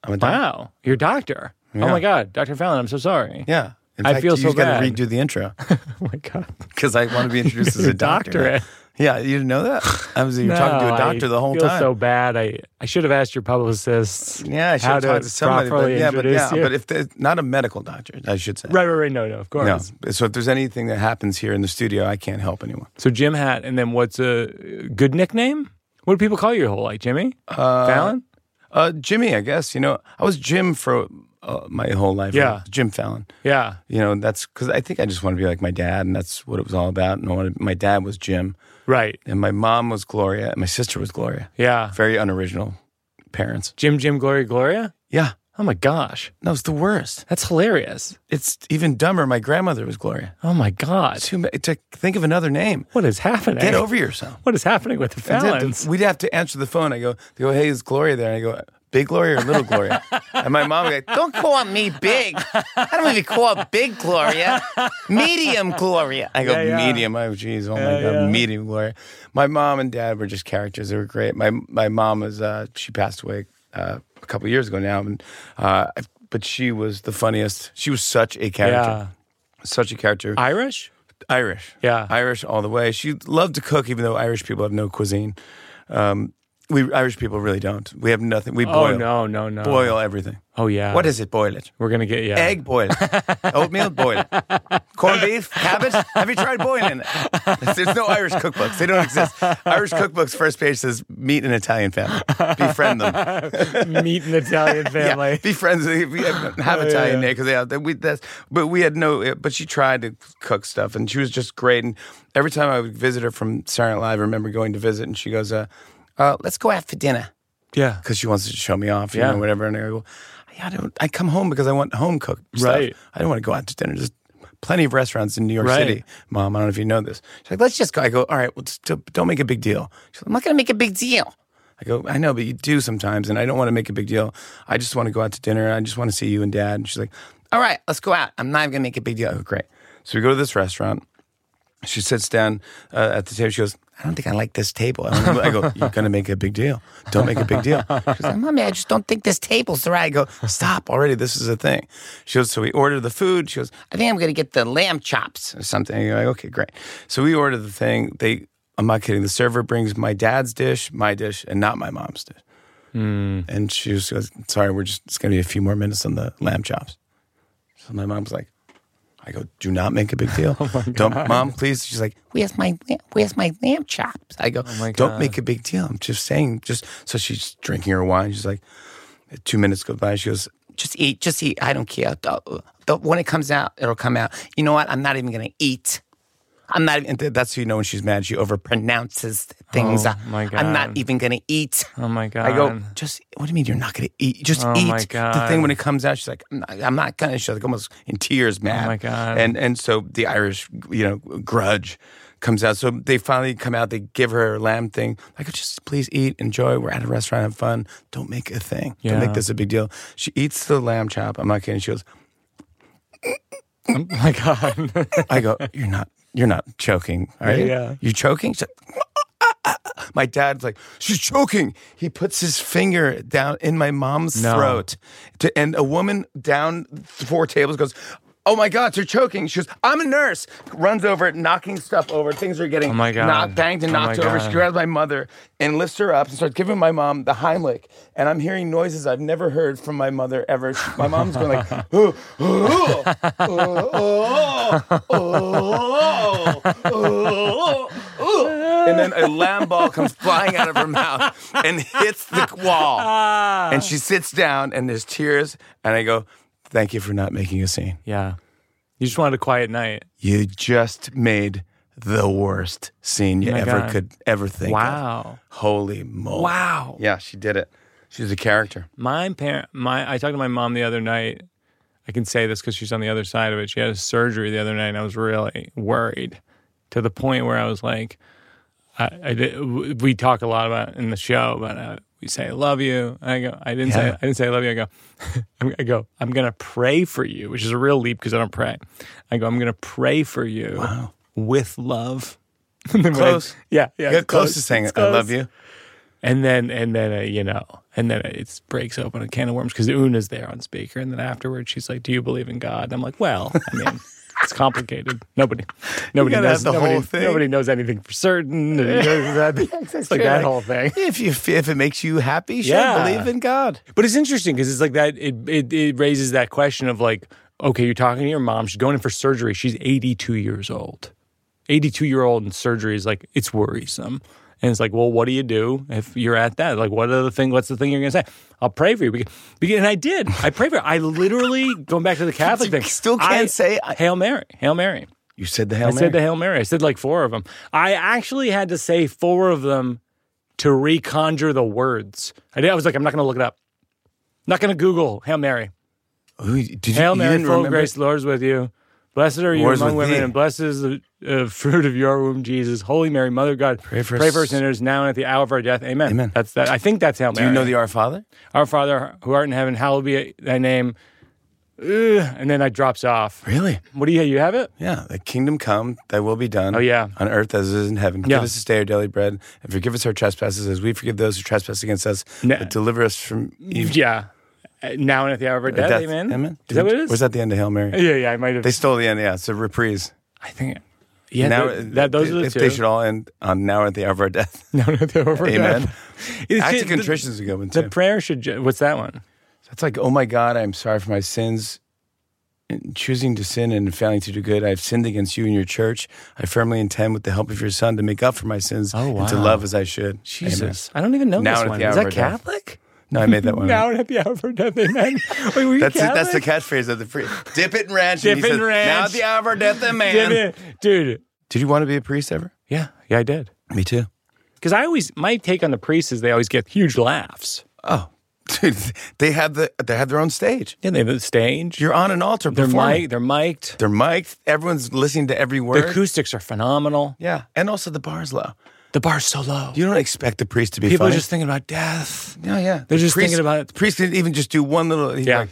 B: I'm a doc-
A: Wow, you're a doctor. Oh my God, Dr. Fallon, I'm so sorry.
B: Yeah. In
A: I
B: fact,
A: feel
B: you
A: so
B: just gotta
A: bad.
B: redo the intro
A: Oh my God.
B: because I want to be introduced as a
A: You're a
B: doctor.
A: doctor, eh?
B: Yeah, you didn't know that. I was you were talking to
A: No,
B: a doctor
A: I
B: the whole
A: feel
B: time.
A: so bad. I, I should have asked your publicists.
B: yeah, I should
A: how
B: have talked to somebody. But
A: properly
B: yeah, but
A: introduce
B: yeah,
A: you.
B: but if the, not a medical doctor, I should say.
A: right, right, right. No, no, of course.
B: No. So if there's anything that happens here in the studio, I can't help anyone.
A: So Jim Hat, and then what's a good nickname? What do people call you? your Whole like Jimmy Fallon?
B: Uh, Jimmy, I guess you know I was Jim for uh, my whole life.
A: Yeah.
B: Jim Fallon.
A: Yeah,
B: You know that's because I think I just want to be like my dad, and that's what it was all about. And I wanted, my dad was Jim,
A: right.
B: and my mom was Gloria, and my sister was Gloria.
A: Yeah,
B: Very unoriginal parents.
A: Jim, Jim, Gloria, Gloria.
B: Yeah,
A: Oh my gosh,
B: no, it's the worst.
A: that's hilarious.
B: It's even dumber. My grandmother was Gloria.
A: Oh my God,
B: Too ma- to think of another name.
A: what is happening?
B: Get over yourself.
A: What is happening with the
B: I'd have to-
A: Fallons?
B: we'd have to answer the phone. I go, they go, hey, is Gloria there? And I go, big Gloria or little Gloria? and my mom would go, don't call me big. I don't even call big Gloria. Medium Gloria. I go,
A: Yeah, yeah.
B: medium. Oh, geez. Oh, my
A: Yeah,
B: God.
A: yeah.
B: Medium Gloria. My mom and dad were just characters. They were great. My my mom was, uh, she passed away uh, a couple years ago now. and uh, But she was the funniest. She was such a character.
A: Yeah,
B: Such a character.
A: Irish.
B: Irish.
A: Yeah.
B: Irish all the way. She loved to cook, even though Irish people have no cuisine. Um, we Irish people really don't. We have nothing. We boil.
A: Oh no, no, no.
B: Boil everything.
A: Oh yeah.
B: What is it? Boil it.
A: We're gonna get yeah.
B: Egg, boil it. Oatmeal, boil it. Corned beef, cabbage. Have you tried boiling it? There's no Irish cookbooks. They don't exist. Irish cookbooks first page says meet an Italian family. Befriend them.
A: Meet an Italian family.
B: Yeah, be friends. with- We have, have Italian there because they have. We, that's, but we had no. But she tried to cook stuff, and she was just great. And every time I would visit her from Saturday Night Live, I remember going to visit, and she goes, uh, uh, "Let's go out for dinner,"
A: yeah.
B: because she wants to show me off, you
A: Yeah.
B: know, whatever. And I go, "I don't. I come home because I want home cooked stuff.
A: Right.
B: I don't want to go out to dinner. There's Plenty of restaurants in New York
A: Right.
B: City, Mom. I don't know if you know this. She's like, "Let's just go." I go, "All right, well, just don't don't make a big deal." She's like, "I'm not going to make a big deal." I go, I know, but you do sometimes, and I don't want to make a big deal. I just want to go out to dinner. I just want to see you and dad. And she's like, all right, let's go out. I'm not even going to make a big deal. I go, great. So we go to this restaurant. She sits down uh, at the table. She goes, I don't think I like this table. I, wanna move. I go, you're going to make a big deal. Don't make a big deal. She's like, mommy, I just don't think this table's the right. I go, stop already. This is a thing. She goes, so we order the food. She goes, I think I'm going to get the lamb chops or something. I go, okay, great. So we order the thing. They I'm not kidding. The server brings my dad's dish, my dish, and not my mom's dish.
A: Mm-hmm.
B: And she just goes, "Sorry, we're just it's going to be a few more minutes on the lamb chops." So my mom's like, "I go, do not make a big deal.
A: Oh
B: don't, mom, please." She's like, "Where's my lam- where's my lamb chops?" I go,
A: Oh
B: "Don't make a big deal. I'm just saying." Just so she's drinking her wine. She's like, two minutes go by. She goes, "Just eat, just eat. I don't care. The- the- when it comes out, it'll come out. You know what? I'm not even going to eat." I'm not even. th- That's who you know when she's mad. She overpronounces things.
A: Oh, my
B: I'm not
A: God.
B: even going to eat.
A: Oh my God.
B: I go, just what do you mean you're not going to eat? Just
A: Oh,
B: eat
A: my
B: the
A: God. Oh
B: thing when it comes out. She's like, I'm not, I'm not going to. She's like almost in tears, mad.
A: my God.
B: And and so the Irish, you know, grudge comes out. So they finally come out. They give her her lamb thing. I go, just please eat, enjoy. We're at a restaurant, have fun. Don't make a thing. Don't
A: Yeah.
B: make this a big deal. She eats the lamb chop. I'm not kidding. She goes,
A: Oh my God.
B: I go, you're not, you're not choking, are you?
A: yeah.
B: You choking? She's like, "Ah, ah, ah." my dad's like, she's choking. He puts his finger down in my mom's
A: No.
B: throat, to, and a woman down four tables goes. Oh my God, you're choking. She goes, I'm a nurse. Runs over, knocking stuff over. Things are getting
A: Oh my God.
B: knocked, banged, and
A: Oh my
B: knocked over. She
A: God.
B: grabs my mother and lifts her up and starts giving my mom the Heimlich. And I'm hearing noises I've never heard from my mother ever. She- My mom's going like, "Ooh, ooh, ooh, oh, oh, oh, oh, oh." and then a lamb ball comes flying out of her mouth and hits the wall.
A: Ah.
B: And she sits down and there's tears. And I go, "Thank you for not making a scene.
A: Yeah. You just wanted a quiet night.
B: You just made." The worst scene you
A: Oh my
B: ever
A: God.
B: could ever think of.
A: Wow.
B: Holy moly.
A: Wow.
B: Yeah, she did it. She's a character.
A: My parent, my I talked to my mom the other night. I can say this because she's on the other side of it. She had a surgery the other night, and I was really worried to the point where I was like, I, I did, w- we talk a lot about in the show, but uh, we say I love you. And I go, I didn't say,
B: Yeah.
A: I didn't say I love you. I go, I'm- I go, I'm gonna pray for you, which is a real leap because I don't pray. I go, I'm gonna pray for you with love. And then when I-
B: Close.
A: yeah, yeah,
B: Good,
A: it's close,
B: closest thing.
A: it's
B: I love
A: close.
B: you.
A: and then and then uh, you know, and then it breaks open a can of worms because Una's there on speaker, and then afterwards she's like, "Do you believe in God?" And I'm like, "Well, I mean." It's complicated. Nobody, nobody
B: gotta
A: knows
B: have the
A: nobody,
B: whole thing.
A: Nobody knows anything for certain. it's like that whole thing.
B: If you if it makes you happy, sure,
A: Yeah.
B: believe in God.
A: But it's interesting because it's like that. It, it it raises that question of like, okay, you're talking to your mom. She's going in for surgery. She's 82 years old. 82 year old and surgery is like it's worrisome. And it's like, well, what do you do if you're at that? Like, what other thing? What's the thing you're gonna say? I'll pray for you. Beca- beca- And I did. I pray for. you. I literally going back to the Catholic thing.
B: still can't
A: I-
B: say I-
A: Hail Mary. Hail Mary.
B: You said the Hail
A: I
B: Mary.
A: said the Hail Mary. I said like four of them. I actually had to say four of them to reconjure the words. I did. I was like, I'm not going to look it up. Not going to Google Hail Mary.
B: Ooh, did you,
A: Hail
B: you
A: Mary,
B: didn't
A: full of
B: remember?
A: grace, the Lord's with you. Blessed are you
B: Lord's
A: among
B: with
A: women,
B: thee.
A: and blessed is the uh, fruit of your womb, Jesus. Holy Mary, Mother of God, pray
B: for us-
A: sinners now and at the hour of our death. Amen.
B: Amen.
A: That's that. I think that's Hail
B: Do
A: Mary.
B: you know the Our Father?
A: Our Father who art in heaven, hallowed be thy name. Ugh, and then I drops off.
B: Really?
A: What do you? You have it?
B: Yeah. The kingdom come, thy will be done.
A: Oh, yeah.
B: On earth as it is in heaven.
A: Yeah.
B: Give us this day our daily bread, and forgive us our trespasses, as we forgive those who trespass against us.
A: No.
B: But deliver us from evil.
A: Yeah. Uh, Now and at the hour of our death.
B: Death.
A: Amen.
B: Amen.
A: Is that what it is?
B: Was that the end of Hail Mary?
A: Yeah, yeah. I might have.
B: They stole the end. Yeah, it's a reprise.
A: I think. Yeah.
B: now
A: th- that those are the
B: if
A: two.
B: They should all end on now at the hour of our death.
A: now and at the hour of our
B: Amen.
A: death. It's
B: Act
A: ju-
B: of contrition is a good one
A: The,
B: too.
A: the prayer should. ju- What's that one?
B: That's like, oh my God, I'm sorry for my sins. In choosing to sin and failing to do good, I've sinned against you and your church. I firmly intend, with the help of your Son, to make up for my sins
A: Oh,
B: and to
A: wow.
B: love as I should.
A: Jesus, I don't even know
B: Now and
A: this
B: at
A: one.
B: the hour
A: Is
B: of our
A: that
B: death.
A: Catholic?
B: Amen. No, I made that one.
A: Now
B: up.
A: and at the hour of our death. Amen. Wait, were you
B: That's
A: Catholic?
B: that's the catchphrase of the priest. Dip it in ranch.
A: Dip
B: and
A: it
B: he says,
A: in
B: Now
A: ranch.
B: at the hour of our death, amen.
A: Damn it. dude.
B: Did you want to be a priest ever?
A: Yeah, yeah, I did.
B: Me too.
A: Because I always my take on the priests is they always get huge laughs.
B: Oh, dude, they have the they have their own stage.
A: Yeah, they have the stage.
B: You're on an altar.
A: they're
B: performing.
A: mic. They're mic'd.
B: They're mic'd. Everyone's listening to every word.
A: The acoustics are phenomenal.
B: yeah, and also the bar's low.
A: The bar's so low.
B: You don't expect the priest to be
A: People
B: funny.
A: are just thinking about death.
B: yeah, yeah.
A: they're just thinking about it.
B: The priest didn't even just do one little. He
A: Yeah.
B: like,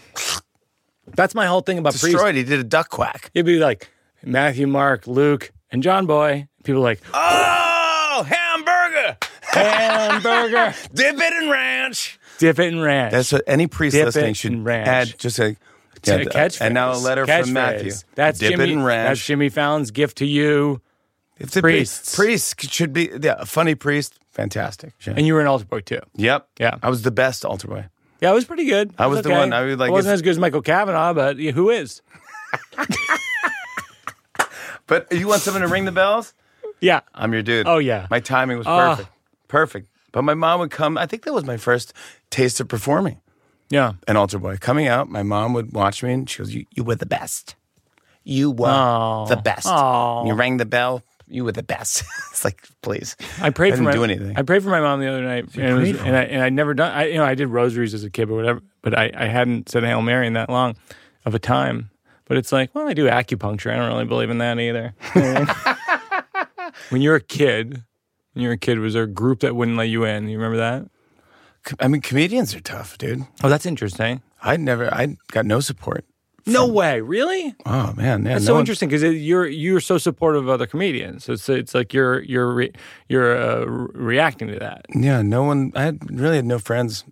A: That's my whole thing about priests.
B: destroyed. He did a duck quack.
A: It'd be like Matthew, Mark, Luke, and John Boy. People are like
B: Oh, hamburger!
A: hamburger,
B: Dip it in ranch.
A: dip it in ranch.
B: That's what any priest
A: Dip it
B: listening
A: in
B: should
A: ranch.
B: add. Just a,
A: a
B: yeah,
A: catchphrase.
B: And now a letter
A: Catchphrase.
B: from Matthew.
A: That's
B: dip
A: Jimmy.
B: it in
A: That's
B: ranch.
A: Jimmy Fallon's gift to you.
B: If the
A: priests.
B: Priest should be yeah. A funny priest, fantastic. Yeah.
A: And you were an altar boy too.
B: Yep.
A: Yeah.
B: I was the best altar boy.
A: Yeah, it was pretty good.
B: I
A: It
B: was the
A: okay.
B: one. I was like,
A: it wasn't
B: it's-
A: as good as Michael Kavanaugh, but yeah, who is?
B: But you want someone to ring the bells?
A: Yeah,
B: I'm your dude.
A: Oh, yeah.
B: My timing was
A: Ah.
B: perfect. Perfect. But my mom would come. I think that was my first taste of performing
A: yeah.
B: an altar boy. Coming out, my mom would watch me and she goes, You, you were the best. You were
A: Aw.
B: the best.
A: Aw.
B: You rang the bell. You were the best. it's like, please.
A: I prayed
B: didn't
A: for my,
B: do anything.
A: I prayed for my mom the other night, and, it was-
B: prayed for
A: and I and I never done. I you know I did rosaries as a kid or whatever, but I, I hadn't said a Hail Mary in that long of a time. But it's like, well, I do acupuncture. I don't really believe in that either. when you're a kid, when you're a kid, was there a group that wouldn't let you in? You remember that?
B: Co- I mean, comedians are tough, dude.
A: Oh, that's interesting.
B: I never, I got no support.
A: No way, really?
B: Oh, man. Yeah,
A: That's
B: no
A: so
B: one-
A: interesting because you're you're so supportive of other comedians. So it's it's like you're you're re, you're uh, re- reacting to that.
B: Yeah, no one, I had- really had no friends.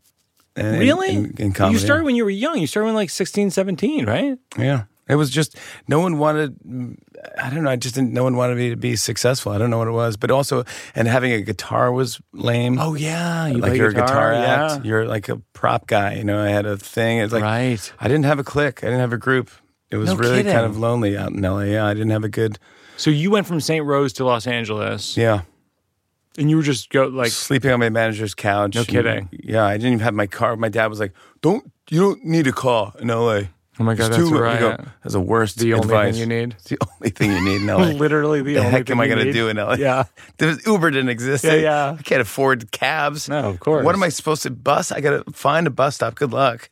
B: in-
A: Really?
B: In, in comedy.
A: You started when you were young. You started when like 16, 17, right?
B: Yeah. It was just no one wanted. I don't know. I just didn't. No one wanted me to be successful. I don't know what it was, but also and having a guitar was lame.
A: Oh yeah, you
B: like
A: play
B: you're a guitar
A: yeah.
B: act. You're like a prop guy. You know, I had a thing. It's like
A: Right.
B: I didn't have a clique. I didn't have a group. It was
A: No
B: really
A: kidding.
B: kind of lonely out in LA. Yeah, I didn't have a good.
A: So you went from St. Rose to Los Angeles,
B: Yeah,
A: and you were just go like,
B: sleeping on my manager's couch. No
A: kidding.
B: Yeah, I didn't even have my car. My dad was like, "Don't you don't need a car in LA."
A: oh my
B: It's
A: god, that's
B: too- you
A: right.
B: go, That's the worst.
A: the only
B: advice.
A: thing you need.
B: It's the only thing you need in LA.
A: Literally the,
B: the
A: only
B: heck
A: thing
B: am I
A: you
B: going to
A: need.
B: do in LA?
A: Yeah.
B: There was- Uber didn't exist.
A: Yeah, yeah.
B: I can't afford cabs.
A: No, of course.
B: What am I supposed to bus? I got to find a bus stop. Good luck.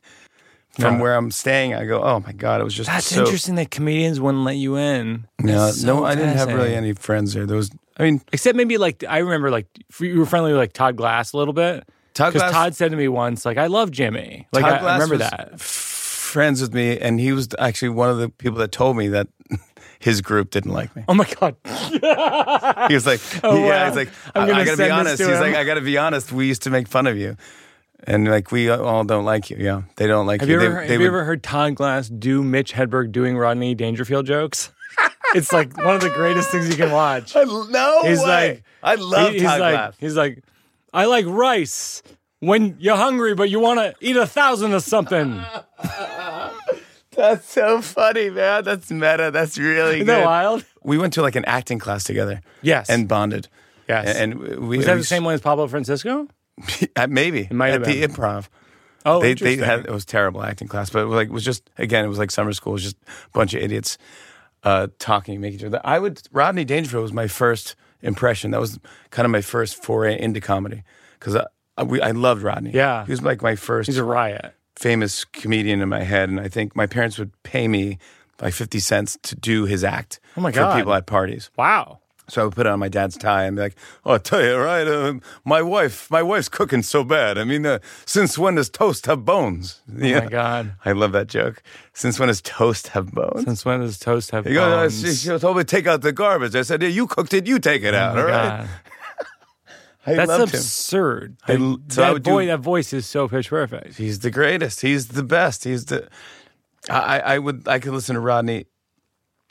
B: From
A: Yeah.
B: where I'm staying, I go, oh my God, it was just
A: That's
B: so.
A: interesting that comedians wouldn't let you in.
B: No,
A: That's so
B: no, I didn't have really
A: fascinating.
B: any friends there. There was, I mean,
A: Except maybe like I remember like f- you were friendly with like Todd Glass a little bit.
B: Todd
A: Because
B: Glass-
A: Todd said to me once, like, I love Jimmy. Like
B: Todd
A: I, I
B: Glass
A: remember
B: was
A: that.
B: friends with me, and he was actually one of the people that told me that his group didn't like me.
A: Oh my god.
B: He was like, yeah,
A: Oh, wow.
B: he's like,
A: I'm
B: I,
A: gonna
B: I gotta
A: send
B: be
A: this
B: honest.
A: to
B: He's
A: him.
B: like, I gotta be honest. We used to make fun of you, and like we all don't like you. Yeah, they don't like
A: Have you
B: They-
A: ever,
B: they
A: have you
B: would-
A: ever heard Todd Glass do Mitch Hedberg doing Rodney Dangerfield jokes? it's like one of the greatest things you can watch.
B: I l- no
A: He's
B: way.
A: like-
B: I love
A: He- he's
B: Todd
A: like,
B: Glass.
A: He's like, I like rice when you're hungry, but you want to eat a thousand of something.
B: That's so funny, man. That's meta. That's really
A: Isn't
B: good.
A: that wild?
B: We went to like an acting class together.
A: Yes.
B: and bonded.
A: Yes.
B: and we
A: Is that the same one as Pablo Francisco?
B: uh, maybe it
A: might
B: at
A: have
B: the
A: been.
B: improv.
A: Oh,
B: They, they
A: interesting.
B: had it was terrible acting class, but it was like it was just again it was like summer school. It was just a bunch of idiots uh, talking, making each other. I would Rodney Dangerfield was my first impression. That was kind of my first foray into comedy because I, I, we, I loved Rodney.
A: Yeah.
B: he was like my first
A: he's a riot.
B: famous comedian in my head, and I think my parents would pay me like fifty cents to do his act oh
A: my
B: for
A: God.
B: people at parties.
A: Wow.
B: So I would put on my dad's tie and be like, "Oh, I tell you, right? Uh, my wife, my wife's cooking so bad. I mean, uh, since when does toast have bones?" Yeah.
A: Oh my God.
B: I love that joke. Since when does toast have bones?
A: Since when does toast have
B: he goes,
A: bones?
B: "Uh, she, she told me to take out the garbage. I said, "Yeah, you cooked it. You take it out.
A: Oh
B: all
A: my
B: right."
A: God.
B: I
A: That's
B: loved him.
A: absurd.
B: I
A: Like,
B: l- so I
A: that
B: would do-
A: boy, that voice is so pitch perfect.
B: He's the greatest. He's the best. He's the. I I- I would I could listen to Rodney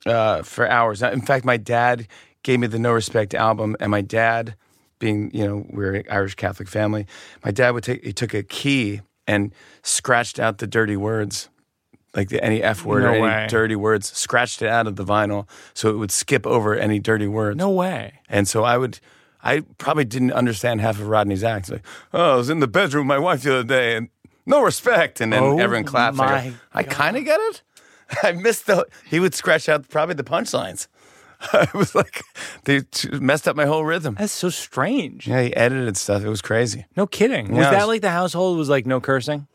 B: uh, for hours. In fact, my dad gave me the No Respect album, and my dad, being you know we're an Irish Catholic family, my dad would take he took a key and scratched out the dirty words, like the, any f word
A: No
B: or any
A: way.
B: dirty words, scratched it out of the vinyl so it would skip over any dirty words.
A: No way.
B: And so I would, I probably didn't understand half of Rodney's acts. Like, oh, I was in the bedroom with my wife the other day and no respect. And then
A: Oh,
B: everyone claps. I, go,
A: my
B: I kind of get it. I missed the, he would scratch out probably the punchlines. I was like, they t- messed up my whole rhythm.
A: That's so strange.
B: Yeah, he edited stuff. It was crazy.
A: No kidding. was
B: Yeah,
A: that
B: it's-
A: like the household was like no cursing?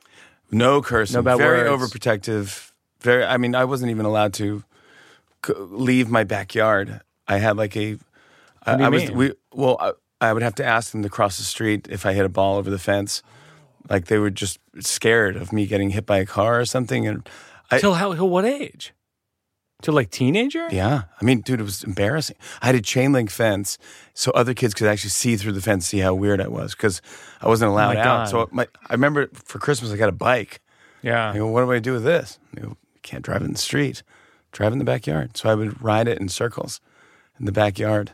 B: No cursing.
A: No bad
B: very
A: words.
B: overprotective. Very. I mean, I wasn't even allowed to c- leave my backyard. I had like a. I
A: do you
B: I was
A: mean?
B: we well. I, I would have to ask them to cross the street if I hit a ball over the fence. Like they were just scared of me getting hit by a car or something. And I,
A: Till how? Till what age? Till like teenager?
B: yeah, I mean, dude, it was embarrassing. I had a chain link fence so other kids could actually see through the fence, see how weird I was because I wasn't allowed
A: Oh my
B: out. So
A: God.
B: my, I remember for Christmas I got a bike.
A: Yeah.
B: I go, what do I do with this? I go, you can't drive it in the street. Drive it in the backyard. So I would ride it in circles in the backyard.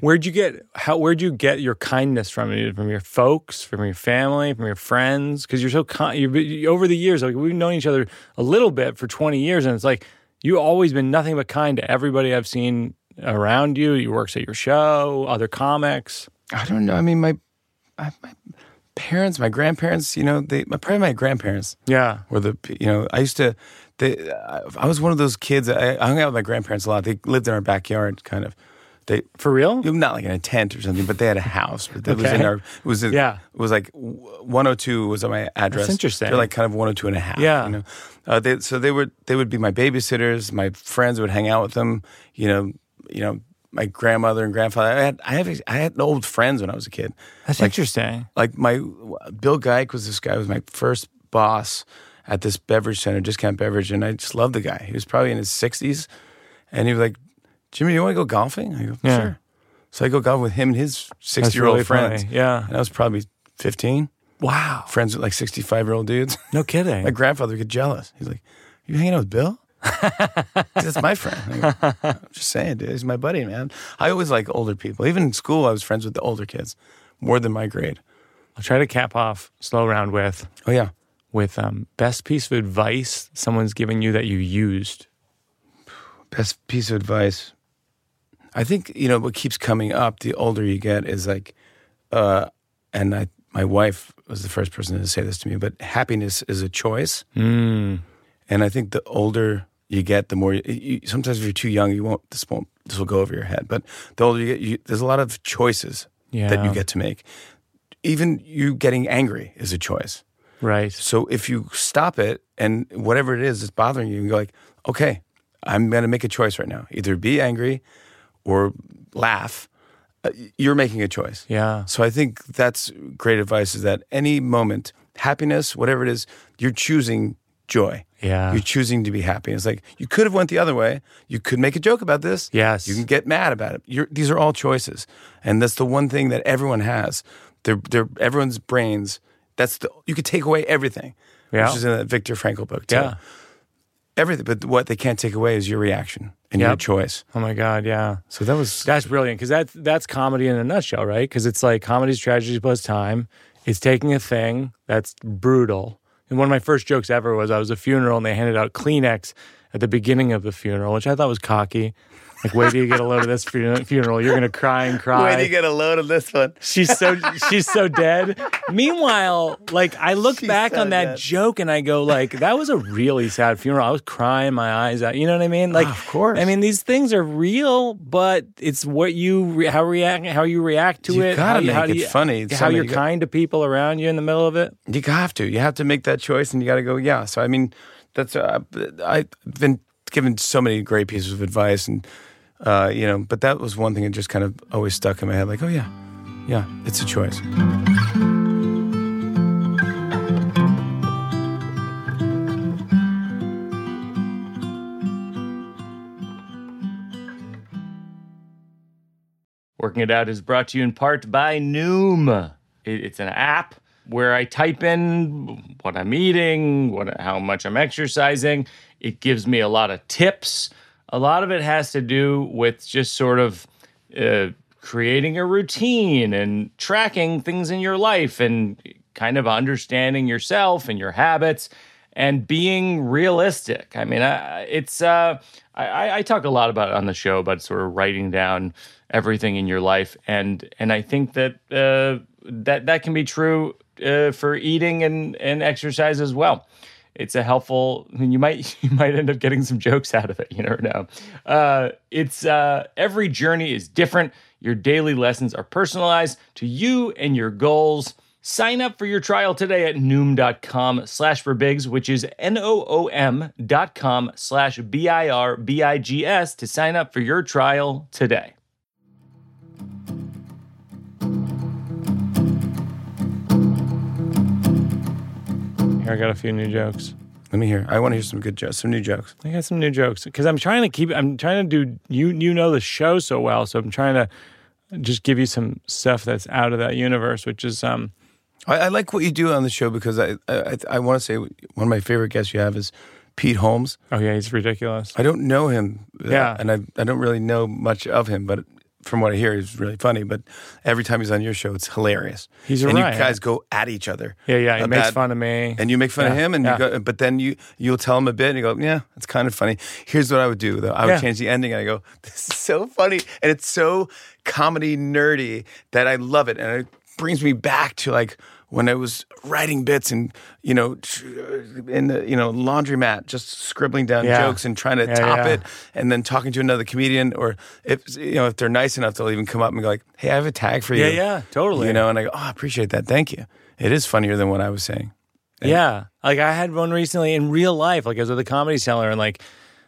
A: Where'd you get how? Where'd you get your kindness from? You- From your folks, from your family, from your friends? Because you're so kind. You've been, you- over the years, like we've known each other a little bit for 20 years, and it's like you've always been nothing but kind to everybody I've seen around you. You works at your show, other comics.
B: I don't know. I mean, my, I, my parents, my grandparents, you know, they, my, probably my grandparents
A: Yeah.
B: were the, you know, I used to, they, I I was one of those kids. I, I hung out with my grandparents a lot. They lived in our backyard, kind of. They,
A: For real?
B: you know, not like in a tent or something, but they had a house. But it was
A: Okay.
B: in our, it was in,
A: Yeah.
B: it was like w- 102 was my address.
A: interesting.
B: They're like kind of 102 and a half.
A: Yeah.
B: You know? uh, they, so they were they would be my babysitters. My friends would hang out with them. You know, you know, my grandmother and grandfather. I had I had I had old friends when I was a kid.
A: That's interesting.
B: Like my Bill Geik was this guy who was my first boss at this beverage center, discount beverage, and I just loved the guy. He was probably in his 60s, and he was like, "Jimmy, you want to go golfing?" I go,
A: Yeah.
B: "Sure." So I go golfing with him and his 60 year old
A: really funny.
B: friends.
A: Yeah.
B: and I was probably 15.
A: Wow.
B: Friends with like 65 year old dudes.
A: No kidding.
B: My grandfather would get jealous. He's like, "You hanging out with Bill? That's my friend." I go, I'm just saying, dude. He's my buddy, man. I always like older people. Even in school, I was friends with the older kids more than my grade.
A: I'll try to cap off slow round with
B: Oh yeah,
A: with um, best piece of advice someone's given you that you used.
B: best piece of advice. I think you know what keeps coming up the older you get is like, uh, and I my wife was the first person to say this to me, but happiness is a choice.
A: Hmm.
B: And I think the older you get, the more you, you sometimes if you're too young, you won't this won't this will go over your head. But the older you get, you, there's a lot of choices that
A: Yeah.
B: you get to make. Even you getting angry is a choice.
A: Right.
B: So if you stop it and whatever it is that's bothering you, you go like, okay, I'm going to make a choice right now. Either be angry or laugh. Uh, You're making a choice.
A: Yeah.
B: So I think that's great advice is that any moment, happiness, whatever it is, you're choosing joy.
A: Yeah.
B: You're choosing to be happy. It's like you could have went the other way. You could make a joke about this.
A: Yes.
B: You can get mad about it. You're, these are all choices, and that's the one thing that everyone has. They're, they're everyone's brains. That's the you could take away everything.
A: Yeah.
B: Which is in that Viktor Frankl book. Too.
A: yeah.
B: Everything, but what they can't take away is your reaction and your
A: Yep.
B: choice.
A: Oh my God. Yeah.
B: So that was
A: That's brilliant because that's that's comedy in a nutshell, right? Because it's like comedy's tragedy plus time. It's taking a thing that's brutal. And one of my first jokes ever was I was at a funeral and they handed out Kleenex at the beginning of the funeral, which I thought was cocky. Like, wait till you get a load of this fu- funeral, you're gonna cry and cry.
B: get a load of this one.
A: She's so she's so dead. Meanwhile, like I look
B: She's
A: back
B: so
A: on that
B: dead.
A: joke and I go like, that was a really sad funeral. I was crying my eyes out. You know what I mean? Like,
B: of course.
A: I mean, these things are real, but it's what you re- how react how you react to
B: You
A: it.
B: gotta
A: how, how
B: make it funny.
A: How
B: Something
A: you're
B: you got-
A: kind to people around you in the middle of it.
B: you have to you have to make that choice and you got to go yeah so i mean that's uh, i've been given so many great pieces of advice and uh, you know but that was one thing that just kind of always stuck in my head like oh yeah yeah it's a choice
C: Working It Out is brought to you in part by Noom. It- It's an app where I type in what I'm eating, what, how much I'm exercising. It gives me a lot of tips. A lot of it has to do with just sort of uh, creating a routine and tracking things in your life and kind of understanding yourself and your habits and being realistic. I mean, I, it's uh, I- I, I talk a lot about it on the show about sort of writing down everything in your life, and and I think that uh, that that can be true uh, for eating and and exercise as well. It's a helpful. I mean, you might you might end up getting some jokes out of it. You never know. Uh, it's uh, every journey is different. Your daily lessons are personalized to you and your goals. Sign up for your trial today at noom.com slash birbigs, which is N-O-O-M dot com slash B-I-R-B-I-G-S to sign up for your trial today.
A: Here I got a few new jokes.
B: let me hear i want to hear some good jokes some new jokes
A: I got some new jokes because I'm trying to keep. I'm trying to do. You you know the show so well, so I'm trying to just give you some stuff that's out of that universe, which is um.
B: i, I like what you do on the show because i i, I- I want to say one of my favorite guests you have is pete holmes
A: Oh yeah, he's ridiculous.
B: i don't know him uh,
A: Yeah.
B: and I, I don't really know much of him but from what I hear, he's really funny, but every time he's on your show, it's hilarious.
A: He's a
B: and
A: riot.
B: you guys go at each other.
A: Yeah, yeah. He makes
B: about-
A: fun of me.
B: and you make fun of
A: Yeah,
B: him, and
A: yeah.
B: you go, but then you you'll tell him a bit, and you go, yeah, it's kind of funny. Here's what I would do though: I would
A: Yeah.
B: change the ending, and I go, this is so funny, and it's so comedy nerdy that I love it, and it brings me back to like when I was writing bits and you know tr- uh, in the you know laundromat, just scribbling down
A: Yeah.
B: jokes and trying to
A: Yeah,
B: top
A: yeah.
B: it, and then talking to another comedian, or if you know if they're nice enough, they'll even come up and go like, hey, I have a tag for
A: Yeah,
B: you.
A: yeah, totally.
B: You know, and I go, oh, I appreciate that, thank you. It is funnier than what I was saying.
A: Yeah. Like I had one recently in real life. Like I was at the comedy cellar and like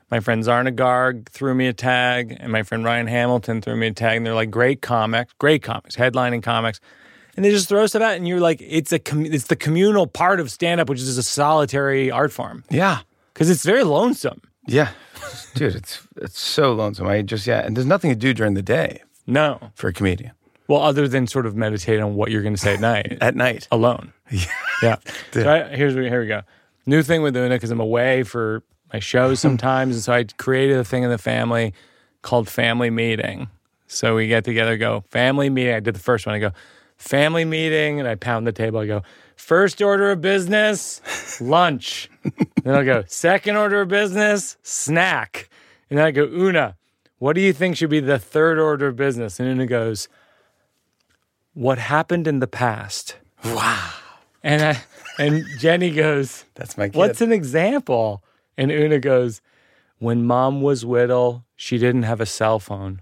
A: my friend Zarna Garg threw me a tag and my friend Ryan Hamilton threw me a tag and they're like great comics, great comics, headlining comics. And they just throw stuff out and you're like, it's a com- it's the communal part of stand up, which is a solitary art form.
B: Yeah.
A: Because it's very lonesome.
B: Yeah, dude, it's it's so lonesome. I just yeah, and there's nothing to do during the day
A: No.
B: for a comedian.
A: Well, other than sort of meditate on what you're gonna say at night.
B: At night,
A: alone. Yeah. So I, here's what- here we go. New thing with Una because I'm away for my shows sometimes, and so I created a thing in the family called family meeting. So we get together, go family meeting. I did the first one. I go family meeting, and I pound the table. I go first order of business, lunch. then I'll go second order of business, snack. And then I go Una, what do you think should be the third order of business? And Una goes, what happened in the past. And I, and Jenny goes,
B: that's my kid.
A: "What's an example?" And Una goes, "When mom was little, she didn't have a cell phone."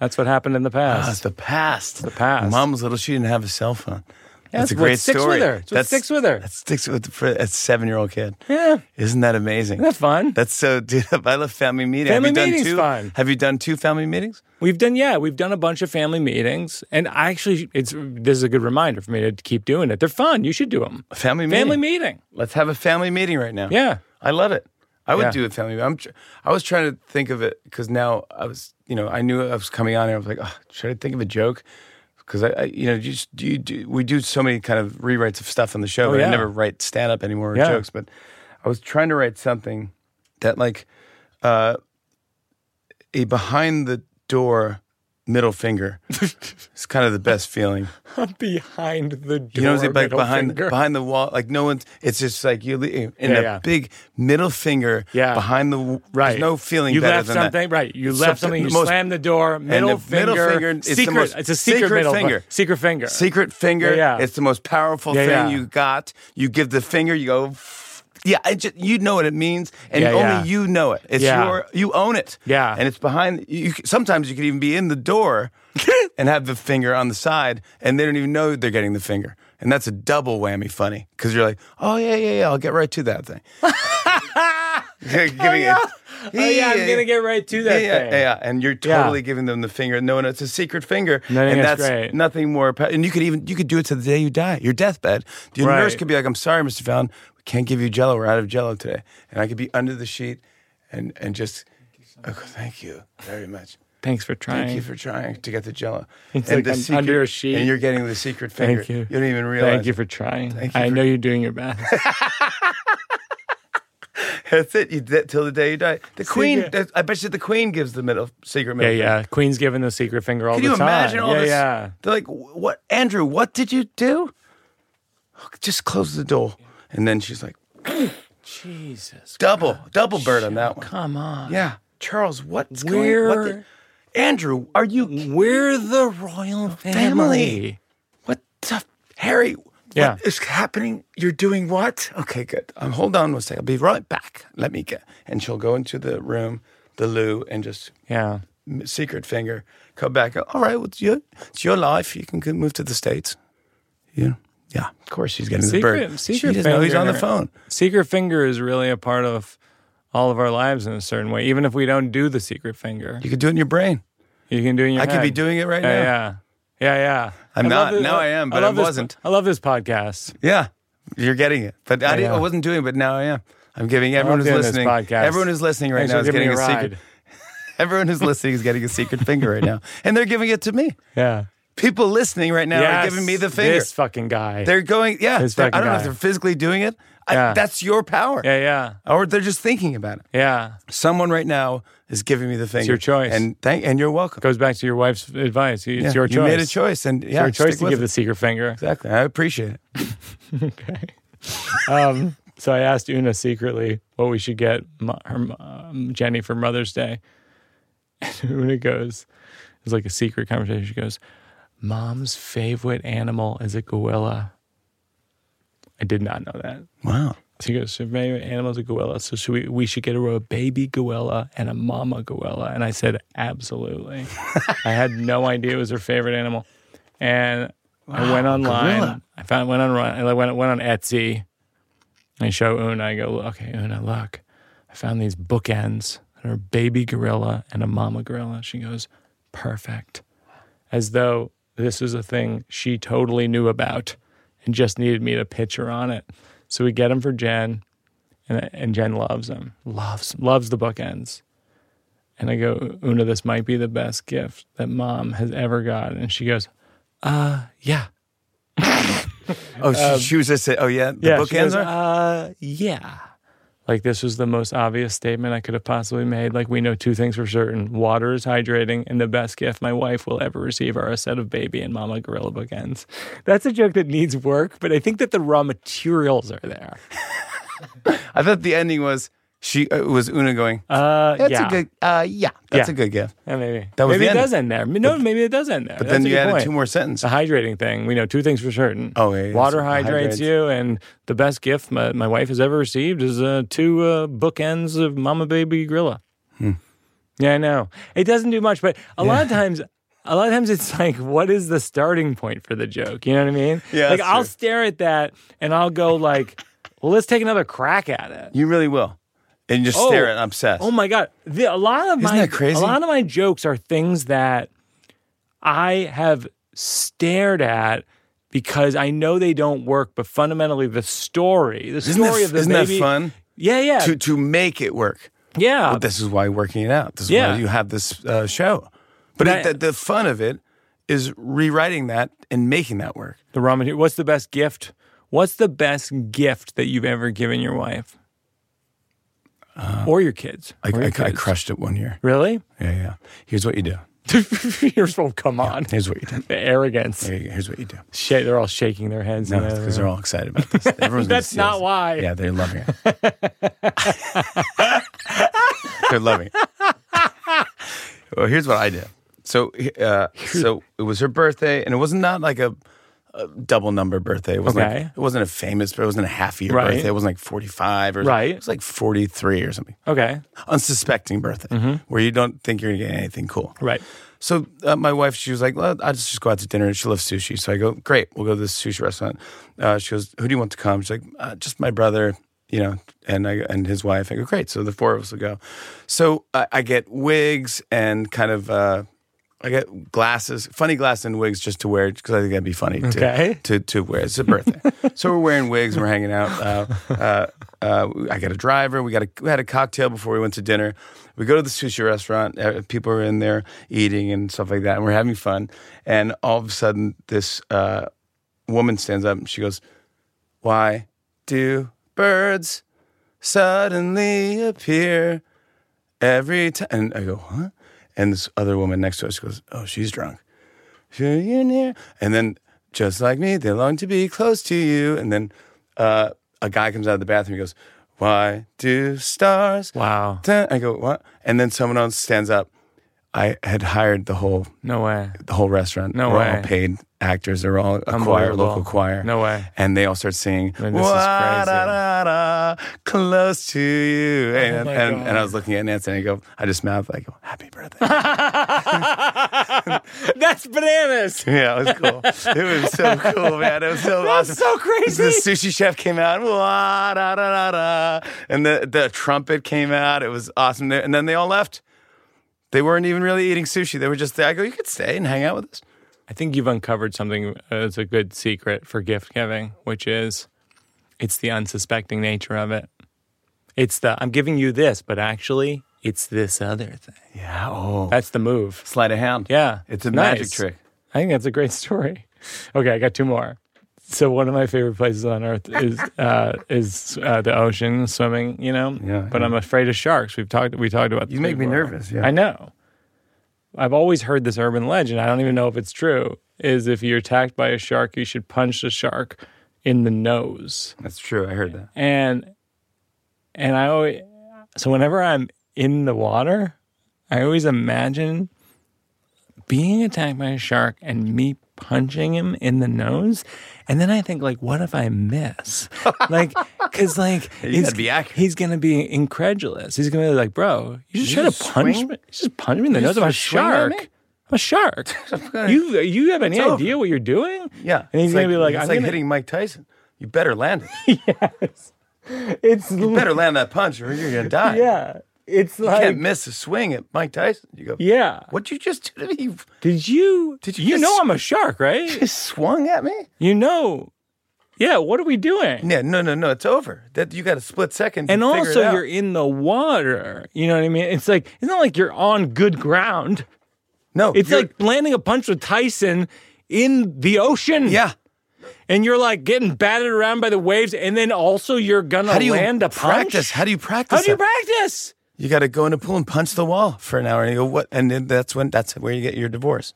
A: That's what happened in the
B: That's
A: past.
B: Uh, the past. The
A: past.
B: Mom was little; she didn't have a cell phone. That's,
A: That's
B: a
A: what
B: great
A: sticks
B: story.
A: with her. That's what
B: That's-
A: sticks with her.
B: That sticks with the, for a seven-year-old kid.
A: Yeah. Isn't
B: Isn't that amazing?
A: that fun?
B: That's so, dude. I love family meeting.
A: Family
B: have you
A: meeting's
B: done two?
A: fun.
B: Have you done two family meetings?
A: We've done yeah, we've done a bunch of family meetings, and I actually it's this is a good reminder for me to keep doing it. They're fun. You should do them.
B: A family meeting.
A: Family meeting.
B: Let's have a family meeting right now.
A: Yeah.
B: I love it. I would
A: Yeah.
B: do a family. meeting. I'm. Tr- I was trying to think of it because now I was, you know, I knew I was coming on, and I was like, oh, should I think of a joke? Because I, I, you know, you just you do. We do so many kind of rewrites of stuff on the show. but I
A: Oh, yeah.
B: never write stand up anymore or
A: Yeah.
B: jokes, but I was trying to write something that like uh, a behind the door middle finger is kind of the best feeling.
A: behind the door.
B: You know what I'm saying? Like
A: middle
B: behind
A: finger.
B: behind the wall, like no one's. It's just like you leave in
A: Yeah,
B: a
A: yeah.
B: big middle finger.
A: Yeah.
B: behind the w-
A: Right.
B: There's no feeling
A: You
B: better
A: left
B: than
A: something
B: that.
A: right. You
B: Something-
A: left something. You
B: the most-
A: slammed the door.
B: the
A: Middle finger.
B: middle finger is the
A: secret.
B: most-
A: it's a secret,
B: secret
A: middle
B: finger.
A: finger. Secret finger.
B: Secret finger.
A: Yeah, yeah.
B: It's the most powerful
A: Yeah,
B: thing
A: yeah.
B: you got. You give the finger. You go. "F- Yeah, I just, you know what it means, and
A: Yeah,
B: only
A: yeah.
B: you know it. It's
A: Yeah.
B: your you own it.
A: Yeah.
B: and it's behind. You, c- sometimes you could even be in the door and have the finger on the side, and they don't even know they're getting the finger, and that's a double whammy funny because you're like, oh yeah, yeah, yeah, I'll get right to that thing. giving it.
A: Oh yeah, I'm gonna get right to that
B: yeah,
A: thing.
B: Yeah, yeah, and you're
A: Yeah.
B: totally giving them the finger. No, no, it's a secret finger,
A: No, I think
B: and
A: that's
B: that's
A: great.
B: nothing more. pa- And you could even you could do it to the day you die, your deathbed. The
A: Right.
B: nurse could be like, "I'm sorry, Mr. Fallon, we can't give you Jello. We're out of Jello today." And I could be under the sheet, and and just, oh, thank you very much.
A: Thanks for
B: Thank you
A: trying.
B: for trying to get the Jello.
A: It's
B: and
A: like
B: the
A: I'm under a sheet.
B: and you're getting the secret finger.
A: Thank you.
B: You don't even realize.
A: Thank you for trying.
B: you
A: I
B: for-
A: know you're doing your best.
B: That's it. You did it till the day you die. The queen.
A: Secret.
B: that's- I bet you the queen gives the middle secret
A: yeah,
B: middle. finger.
A: yeah. Queen's giving the secret finger all
B: Can
A: the
B: you
A: time.
B: imagine all
A: yeah,
B: this?
A: Yeah.
B: They're like, "What, Andrew? What did you do? Just close the door." And then she's like,
A: Jesus.
B: "Double, double bird on that one."
A: Come on.
B: Yeah, Charles, what's
A: Where-
B: going? What the, Andrew, are you?
A: We're the royal family.
B: What the Harry?
A: Yeah.
B: What is happening? You're doing what? Okay, good. Um, hold on one second. I'll be right back. Let me get. And she'll go into the room, the loo, and just
A: Yeah.
B: m- secret finger. Come back. "Oh, All right, well, it's your it's your life. You can go- move to the states. Yeah, yeah. Of course, she's getting
A: Secret-
B: the bird.
A: secret
B: she doesn't know he's on the
A: finger.
B: phone.
A: Secret finger is really a part of all of our lives in a certain way, even if we don't do the secret finger.
B: You could do it in your brain.
A: You can do it in your
B: I could be
A: head.
B: doing it right
A: yeah,
B: now.
A: yeah. Yeah, yeah.
B: I'm
A: I love
B: not. Now I am, but
A: love
B: I
A: this-
B: wasn't.
A: I love this podcast.
B: Yeah, you're getting it. But I, didn't,
A: yeah.
B: I wasn't doing it, but now I am. I'm giving everyone who's
A: doing this
B: listening.
A: podcast.
B: Everyone who's listening right
A: Thanks
B: now
A: for
B: is
A: giving
B: getting
A: me
B: a,
A: a
B: secret.
A: ride.
B: Everyone who's listening is getting a secret finger right now, and they're giving it to me.
A: Yeah.
B: People listening right now
A: Yes,
B: are giving me the finger.
A: This fucking guy.
B: they're going. Yeah,
A: This
B: they're- I
A: fucking
B: don't know
A: guy.
B: if they're physically doing it. I,
A: Yeah.
B: That's your power.
A: yeah, yeah.
B: Or they're just thinking about it.
A: Yeah.
B: someone right now is giving me the finger. It's
A: your choice.
B: and thank and you're welcome.
A: Goes back to your wife's advice. It's
B: Yeah,
A: your choice.
B: You made a choice, and yeah,
A: Your choice
B: stick
A: to
B: with
A: give
B: it.
A: the secret finger.
B: Exactly, I appreciate it.
A: Um, so I asked Una secretly what we should get mo- her mom, Jenny for Mother's Day. And Una goes, it was like a secret conversation. She goes, Mom's favorite animal is a gorilla. I did not know that.
B: Wow,
A: She goes, her favorite animal is a gorilla. So should we, we should get her a baby gorilla and a mama gorilla. And I said, absolutely. I had no idea it was her favorite animal. And I went online.
B: gorilla.
A: I found went on I went went on Etsy. And I show Una. I go, okay, Una, look. I found these bookends that are a baby gorilla and a mama gorilla. She goes, perfect. As though this was a thing she totally knew about and just needed me to pitch her on it. So we get them for Jen, and, and Jen loves them, loves loves the bookends. And I go, Una, this might be the best gift that mom has ever gotten. And she goes, uh, yeah.
B: Oh, she, she was just say, oh yeah, the
A: Um, yeah, she
B: bookends
A: goes,
B: are.
A: Uh, yeah. Like this was the most obvious statement I could have possibly made. Like we know two things for certain: water is hydrating, and the best gift my wife will ever receive are a set of baby and mama gorilla bookends. That's a joke that needs work, but I think that the raw materials are there.
B: I thought the ending was she uh, was Una going.
A: Uh,
B: That's
A: yeah.
B: a good. Uh, yeah, that's
A: Yeah.
B: a good gift.
A: Yeah, maybe
B: That was the
A: maybe it
B: end.
A: does end there. No, maybe it does end there.
B: But then you added two more sentences.
A: The hydrating thing. We know two things for certain.
B: Oh, yeah, yeah,
A: water
B: so it
A: hydrates,
B: hydrates.
A: you, and the best gift my, my wife has ever received is uh, two uh, bookends
B: Hmm.
A: of Mama Baby Gorilla. Yeah, I know. It doesn't do much, but a lot of times a lot of times it's like, what is the starting point for the joke? You know what I mean?
B: Yeah,
A: Like
B: that's
A: I'll
B: true.
A: stare at that and I'll go like, well, let's take another crack at it.
B: You really will. And just
A: Oh.
B: stare at it and obsess.
A: Oh my god! The, a lot of my
B: that crazy?
A: a lot of my jokes are things that I have stared at because I know they don't work, but fundamentally the story, the
B: isn't that,
A: story of the
B: isn't
A: baby,
B: that fun?
A: yeah, yeah,
B: To, to make it work.
A: yeah.
B: But this is why working it out. This is
A: Yeah.
B: why you have this uh, show. But
A: That-
B: it, the, the fun of it is rewriting that and making that work.
A: the raw material. What's the best gift? What's the best gift that you've ever given your wife or your kids?
B: Uh, I,
A: Or your
B: I, I
A: kids?
B: crushed it one year.
A: Really?
B: Yeah, yeah. Here's what you do.
A: You're so come on.
B: Here's what you do.
A: The arrogance.
B: Here- Here's what you do.
A: Shake, they're all shaking their heads.
B: No,
A: in the other
B: because
A: room.
B: they're all excited about this. Everyone's gonna
A: That's
B: see us.
A: not why.
B: Yeah, they're loving it. they're loving it. Well, here's what I did. So, uh, so it was her birthday, and it wasn't not like a, a double number birthday. It wasn't
A: Okay.
B: like, it wasn't a famous, but it wasn't a half year
A: Right.
B: birthday. It wasn't like 45 or
A: Right.
B: It was like 43 or something.
A: Okay.
B: Unsuspecting birthday
A: Mm-hmm.
B: where you don't think you're gonna get anything cool.
A: Right.
B: So uh, my wife, she was like, well, I'll just, just go out to dinner. She loves sushi. So I go, great, we'll go to this sushi restaurant. Uh, she goes, who do you want to come? She's like, uh, just my brother, you know, and I, and his wife. I go, great. So the four of us will go. So I I get wigs and kind of, uh, I get glasses, funny glasses and wigs just to wear because I think that'd be funny to,
A: Okay.
B: to, to wear. It's a birthday. so we're wearing wigs and we're hanging out. Uh, uh, uh, I got a driver. We got a, we had a cocktail before we went to dinner. We go to the sushi restaurant. uh, People are in there eating and stuff like that. And we're having fun. And all of a sudden, this uh, woman stands up and she goes, Why do birds suddenly appear every time? And I go, Huh? And this other woman next to us goes, Oh, she's drunk. You're near. And then, just like me, they long to be close to you. And then uh, a guy comes out of the bathroom and goes, Why do stars?
A: Wow.
B: da-" I go, What? And then someone else stands up. I had hired the whole
A: No way.
B: the whole restaurant.
A: No
B: We're
A: way.
B: all paid actors. They're all a choir,
A: Unbelievable.
B: local choir.
A: No way.
B: And they all start singing,
A: Man, this is crazy. Oh
B: "Wa-da-da-da, close to you. And,
A: my
B: and,
A: God.
B: and I was looking at Nancy and I go, I just mouthed, I go, happy birthday.
A: That's bananas.
B: yeah, it was cool. It was so cool, man. It was so
A: That's
B: awesome.
A: so crazy.
B: the sushi chef came out, "Wa, da, da, da, da," and the, the trumpet came out. It was awesome. They- And then they all left. They weren't even really eating sushi. They were just there. I go, you could stay and hang out with us.
A: I think you've uncovered something that's a good secret for gift giving, which is it's the unsuspecting nature of it. It's the I'm giving you this, but actually it's this other thing.
B: Yeah. Oh.
A: That's the move.
B: Sleight of hand.
A: Yeah.
B: It's a magic
A: Nice.
B: trick.
A: I think that's a great story. Okay, I got two more. So one of my favorite places on earth is uh, is uh, the ocean, swimming. You know,
B: Yeah,
A: But
B: yeah.
A: I'm afraid of sharks. We've talked. We talked about.
B: You make me nervous, yeah.
A: I know. I've always heard this urban legend. I don't even know if it's true. Is if you're attacked by a shark, you should punch the shark in the nose.
B: That's true. I heard that.
A: And and I always so whenever I'm in the water, I always imagine being attacked by a shark and me punching him in the nose. And then I think like, what if I miss? like, cause like he's,
B: gotta be accurate.
A: he's gonna be incredulous. He's gonna be like, bro, you just try to
B: just
A: punch
B: swing?
A: me. You just punch me in the nose.
B: just
A: I'm a
B: gonna swing at me?
A: shark. I'm a shark. you you have any
B: over.
A: idea what you're doing?
B: Yeah.
A: And he's
B: It's
A: gonna be like,
B: it's
A: I'm
B: like
A: gonna,
B: hitting Mike Tyson. You better land it.
A: It's
B: You better land that punch or you're gonna die.
A: yeah. It's
B: You
A: like
B: can't miss a swing at Mike Tyson. You go,
A: yeah.
B: What'd you just do to me? You
A: Did you?
B: Did you
A: You
B: just-
A: know I'm a shark, right?
B: just swung at me?
A: you know. Yeah. What are we doing?
B: Yeah, no, no, no. It's over. That you got a split second. to
A: And
B: figure it
A: also,
B: out.
A: you're in the water. You know what I mean? It's like it's not like you're on good ground.
B: no.
A: It's
B: you're-
A: like landing a punch with Tyson in the ocean.
B: yeah.
A: And you're like getting batted around by the waves, and then also you're gonna
B: How do you
A: land a punch.
B: practice? How do you practice?
A: How do you
B: that?
A: practice?
B: You got to go in a pool and punch the wall for an hour, and you go what? And then that's when that's where you get your divorce.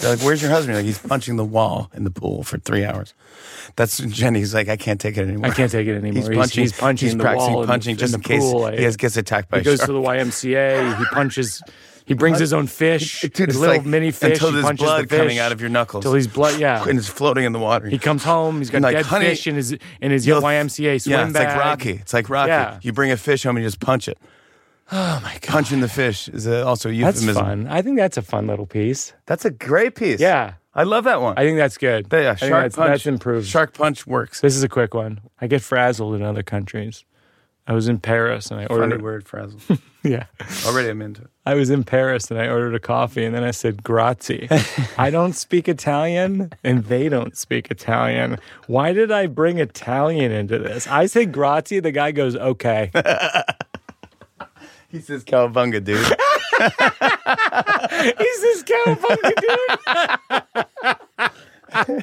B: They're like, "Where's your husband?" You're like, "He's punching the wall in the pool for three hours." That's Jenny's like, "I can't take it anymore.
A: I can't take it anymore.
B: He's punching.
A: He's, punching.
B: He's
A: the
B: practicing
A: wall in the-
B: punching
A: in
B: just
A: the
B: in case
A: pool,
B: he
A: like-
B: has, gets attacked by
A: He
B: a
A: goes
B: shark.
A: to the YMCA. He punches. He brings his own fish.
B: Dude,
A: his
B: it's
A: little
B: like
A: mini fish.
B: until
A: he
B: there's
A: punches the
B: blood coming
A: fish,
B: out of your knuckles.
A: Till he's blood. Yeah.
B: and it's floating in the water.
A: He comes home. He's got
B: Like,
A: dead
B: honey,
A: fish in his in his
B: You'll-
A: YMCA swim
B: yeah, it's
A: bag.
B: like Rocky. It's like Rocky.
A: Yeah.
B: You bring a fish home and you just punch it.
A: Oh my god,
B: Punching the fish is a, also a
A: that's
B: euphemism.
A: fun. I think that's a fun little piece.
B: That's a great piece.
A: Yeah,
B: I love that one.
A: I think that's good.
B: yeah,
A: I think
B: shark
A: that's,
B: punch.
A: that's improved.
B: Shark punch works.
A: This is a quick one. I get frazzled in other countries. I was in Paris and I
B: Funny
A: ordered.
B: word, frazzle.
A: Yeah,
B: Already I'm into it.
A: I was in Paris and I ordered a coffee and then I said grazie. I don't speak Italian and they don't speak Italian. Why did I bring Italian into this? I say grazie. The guy goes okay.
B: He says cowabunga, dude.
A: He's this cowabunga dude.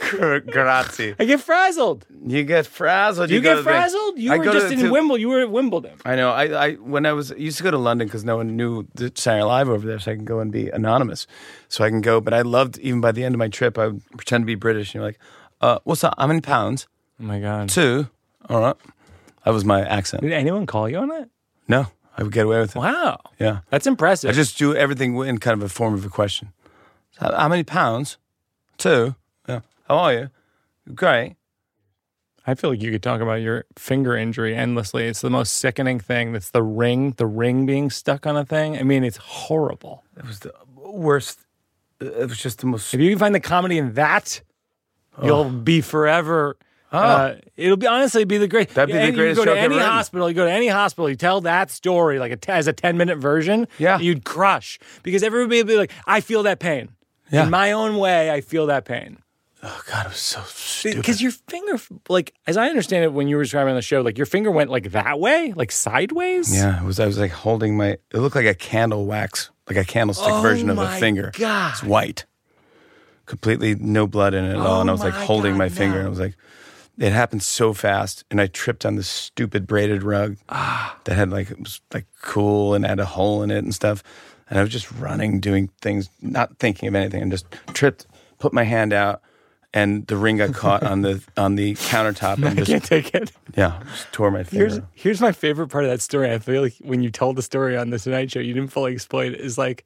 B: Gr- Grazie.
A: I get frazzled.
B: You get frazzled.
A: You,
B: go
A: get
B: to the thing.
A: frazzled. You
B: I
A: were
B: go to
A: just
B: the- Oh
A: in
B: to-
A: Wimbledon. You were at Wimbledon.
B: I know. I, I when I was I used to go to London because no one knew the Saturday Live over there, so I can go and be anonymous. So I can go. But I loved even by the end of my trip, I would pretend to be British. And you're like, uh, "What's up? I'm in pounds
A: Oh my god.
B: two. All right." That was my accent.
A: Did anyone call you on it?
B: No, I would get away with it.
A: Wow,
B: Yeah,
A: that's impressive.
B: I just do everything in kind of a form of a question. How, how many pounds? Two. Yeah. How are you? Great.
A: I feel like you could talk about your finger injury endlessly. It's the most sickening thing. That's the ring, the ring being stuck on a thing. I mean, it's horrible.
B: It was the worst. It was just the most.
A: If you can find the comedy in that, you'll be forever. Uh, it'll be honestly be the great.
B: That'd be the
A: and
B: greatest
A: You go
B: joke
A: to any
B: ever written.
A: hospital, you go to any hospital, you tell that story like a t- as a ten minute version.
B: Yeah.
A: you'd crush because everybody would be like, "I feel that pain
B: Yeah.
A: in my own way. I feel that pain."
B: Oh God, it was so stupid.
A: Because your finger, like as I understand it, when you were describing on the show, like your finger went like that way, like sideways.
B: Yeah, it was. I was like holding my. It looked like a candle wax, like a candlestick
A: Oh
B: version of
A: my
B: a finger.
A: God.
B: it's white, completely no blood in it at all. And I was like
A: Oh my
B: holding
A: God,
B: my finger,
A: no.
B: and I was like, it happened so fast, and I tripped on this stupid braided rug
A: Ah.
B: that had like it was like cool and had a hole in it and stuff. And I was just running, doing things, not thinking of anything, and just tripped, put my hand out, and the ring got caught on the on the countertop, and
A: I
B: just
A: can't take it.
B: yeah, just tore my finger.
A: Here's here's my favorite part of that story. I feel like when you told the story on the Tonight Show, you didn't fully explain it. Is like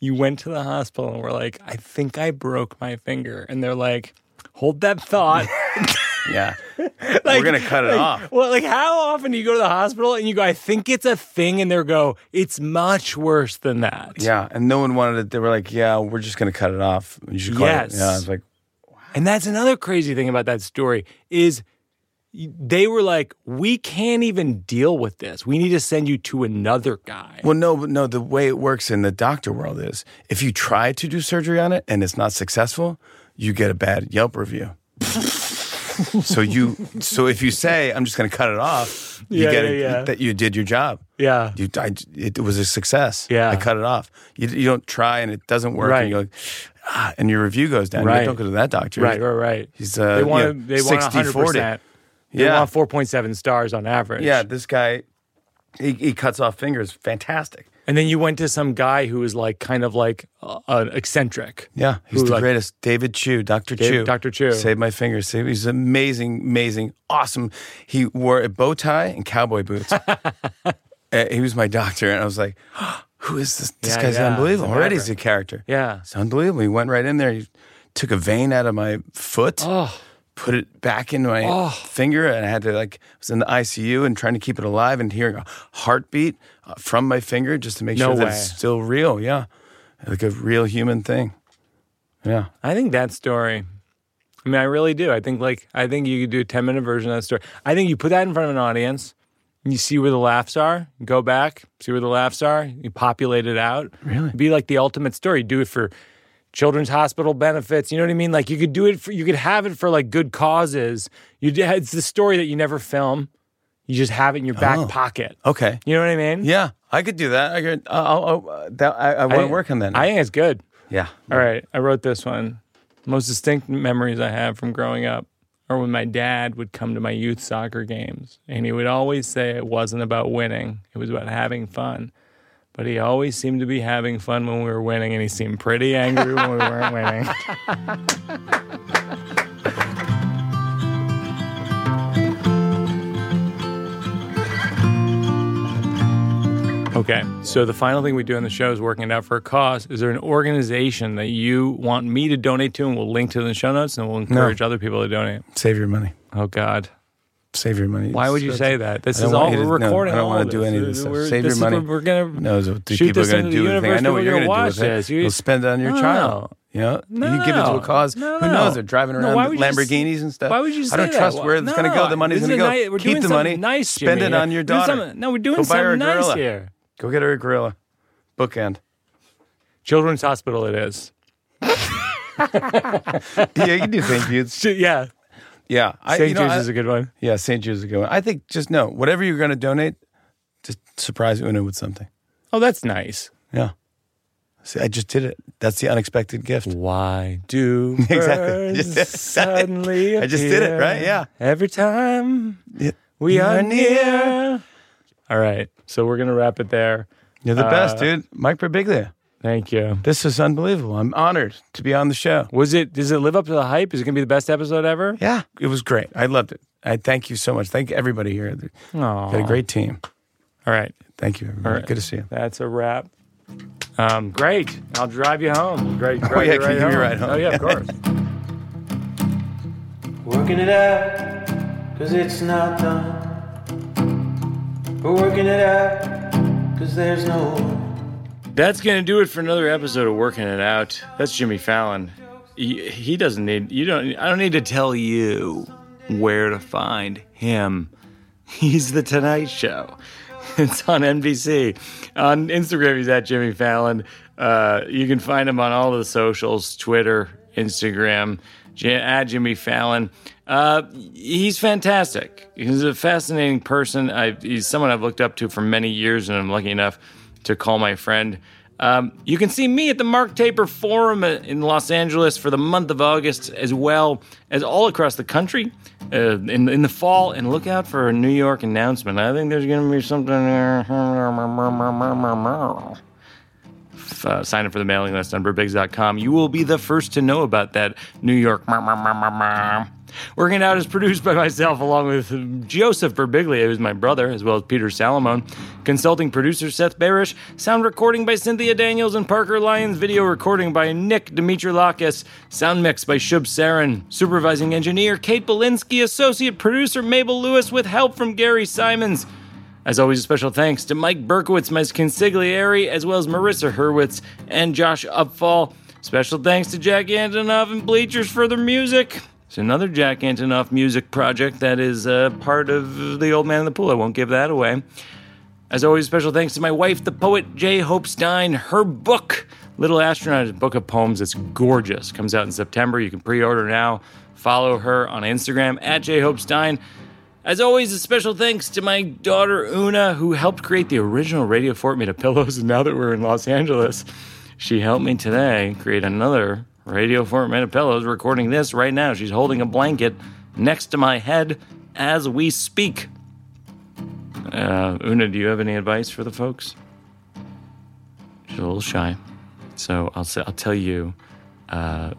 A: you went to the hospital and were like, I think I broke my finger, and they're like, Hold that thought.
B: yeah,
A: Like-
B: we're gonna cut it
A: like,
B: off.
A: Well, like how often do you go to the hospital and you go, I think it's a thing, and they go, It's much worse than that.
B: Yeah, and no one wanted it. They were like, "Yeah, we're just gonna cut it off." You should call
A: Yes.
B: it. Yeah, I was like,
A: And that's another crazy thing about that story is they were like, we can't even deal with this. We need to send you to another guy.
B: "Well, no, but no." The way it works in the doctor world is, if you try to do surgery on it and it's not successful, you get a bad Yelp review. so you, so if you say, "I'm just gonna cut it off," you
A: Yeah,
B: get
A: yeah,
B: a-
A: yeah.
B: that you did your job.
A: Yeah.
B: You, I, it was a success.
A: Yeah.
B: I cut it off. You, you don't try and it doesn't work.
A: Right.
B: And you're like, ah, and your review goes down. You
A: Right.
B: don't go to that doctor.
A: Right, right, right.
B: He's uh,
A: they want
B: you know,
A: they want
B: 60,
A: 100 percent. They
B: Yeah.
A: want 4.7 stars on average.
B: Yeah, this guy, he, he cuts off fingers. Fantastic.
A: And then you went to some guy who was like kind of like uh, an eccentric.
B: Yeah, he's
A: Who,
B: the
A: like-
B: greatest. David Chu, Dr. Chu.
A: Dr. Chu.
B: Saved my fingers. Saved, he's amazing, amazing, awesome. He wore a bow tie and cowboy boots. Uh, he was my doctor, and I was like, who is this? This
A: Yeah,
B: guy's
A: yeah,
B: unbelievable.
A: he's a
B: Already
A: maverick.
B: he's a character.
A: Yeah.
B: It's unbelievable. He went right in there. He took a vein out of my foot.
A: Oh.
B: Put it back into my finger, and I had to like I was in the ICU and trying to keep it alive and hearing a heartbeat uh, from my finger just to make
A: No
B: sure that
A: way.
B: it's still real. Yeah, like a real human thing. Yeah,
A: I think that story. I mean, I really do. I think like I think you could do a 10 minute version of that story. I think you put that in front of an audience, and you see where the laughs are, go back, see where the laughs are, you populate it out.
B: Really?
A: Be like the ultimate story. Do it for children's hospital benefits. You know what I mean? Like you could do it for you could have it for like good causes. You d- it's the story that you never film. You just have it in your back pocket.
B: Okay.
A: You know what I mean?
B: Oh. Yeah, I could do that. I could. I'll, I'll, uh, that, I, I want to work on that. now.
A: I think it's good.
B: yeah.
A: All right, I wrote this one. Most distinct memories I have from growing up are when my dad would come to my youth soccer games, and he would always say it wasn't about winning, it was about having fun. But he always seemed to be having fun when we were winning, and he seemed pretty angry when we weren't winning. Okay. So the final thing we do on the show is working it out for a cause. Is there an organization that you want me to donate to and we'll link to in the show notes and we'll encourage other people to donate?
B: Save your money.
A: Oh God.
B: save your money.
A: Why would you
B: That's-
A: say that? This
B: I don't
A: is
B: want
A: all
B: you to-
A: we're
B: no,
A: recording.
B: I don't
A: all
B: wanna
A: of
B: do any of this stuff.
A: We're-
B: Save your
A: is
B: money.
A: what We're gonna
B: No, so the
A: Shoot
B: people are
A: this
B: going to
A: into
B: do
A: the
B: with it.
A: universe,
B: I know
A: people
B: what
A: are
B: you're
A: gonna
B: going to do
A: watch
B: with it.
A: this. You-
B: You'll spend it on your
A: No.
B: child. You know,
A: No,
B: you give it to
A: no.
B: a cause.
A: No,
B: Who
A: no.
B: knows? They're driving
A: No,
B: around
A: why
B: with
A: would you just-
B: Lamborghinis and stuff.
A: Why would you say
B: I don't
A: that?
B: trust
A: Why-
B: where it's going to
A: No,
B: go. The money's
A: this
B: going to
A: is
B: go.
A: a ni- we're
B: Keep
A: doing
B: the
A: something
B: money.
A: Nice,
B: spend
A: Jimmy.
B: it on your
A: We're doing
B: daughter.
A: something- No, we're doing
B: Go buy her a
A: something nice
B: gorilla.
A: here.
B: Go get her a gorilla. Bookend.
A: Children's Hospital. It is.
B: yeah, you do St. Jude's.
A: Yeah,
B: Yeah, I- you
A: St.
B: know,
A: Jude's
B: I-
A: is a good one.
B: yeah, St. Jude's is a good one. I think just no, whatever you're going to donate, just surprise Una with something.
A: Oh, that's nice.
B: Yeah. See, I just did it. That's the unexpected gift.
A: Why do
B: Exactly.
A: birds
B: Just-
A: suddenly
B: I just did it,
A: appear
B: right? Yeah.
A: Every time we are near. All right, so we're gonna wrap it there.
B: You're the best,
A: Uh,
B: dude. Mike Birbiglia.
A: Thank you.
B: This is unbelievable. I'm honored to be on the show.
A: Was it? Does it live up to the hype? Is it gonna be the best episode ever?
B: Yeah, it was great. I loved it. I thank you so much. Thank everybody here.
A: Aw.
B: Got a great team.
A: All right,
B: Thank you. Everybody.
A: right.
B: Good to see you.
A: that's a wrap. Um, great. I'll drive you home. Great.
C: Oh,
A: Drive
B: yeah,
A: you
B: can you give me a ride home?
A: Oh yeah, of course.
D: Working it out, cause it's not done. We're working it out, cause there's no one.
C: That's going to do it for another episode of Working It Out. That's Jimmy Fallon. He, he doesn't need you don't I don't need to tell you where to find him. He's the Tonight Show. It's on NBC. On Instagram, he's at Jimmy Fallon. Uh, you can find him on all the socials: Twitter, Instagram, J- at Jimmy Fallon. Uh, he's fantastic. He's a fascinating person. I, he's someone I've looked up to for many years, and I'm lucky enough to call my friend. Um, you can see me at the Mark Taper Forum in Los Angeles for the month of August, as well as all across the country uh, in, in the fall. And look out for a New York announcement. I think there's going to be something. uh, uh, sign up for the mailing list on burbigs.com. You will be the first to know about that New York. Working It Out is produced by myself along with Joseph Berbiglia, who's my brother, as well as Peter Salomon. Consulting producer Seth Barish. Sound recording by Cynthia Daniels and Parker Lyons. Video recording by Nick Dimitrilakis. Sound mix by Shub Sarin. Supervising engineer Kate Belinsky. Associate producer Mabel Lewis with help from Gary Simons. As always, a special thanks to Mike Berkowitz, Mike Consigliere, as well as Marissa Hurwitz and Josh Upfall. Special thanks to Jack Antonoff and Bleachers for their music. It's another Jack Antonoff music project that is uh, part of The Old Man in the Pool. I won't give that away. As always, special thanks to my wife, the poet Jay Hope Stein. Her book, Little Astronaut, is a book of poems. It's gorgeous. Comes out in September. You can pre order now. Follow her on Instagram at Jay Hope Stein. As always, a special thanks to my daughter Una, who helped create the original Radio Fort Made of Pillows. And now that we're in Los Angeles, she helped me today create another Radio Fort Made of Pillows, recording this right now. She's holding a blanket next to my head as we speak. Uh, Una, do you have any advice for the folks? She's a little shy, so I'll say, I'll tell you uh,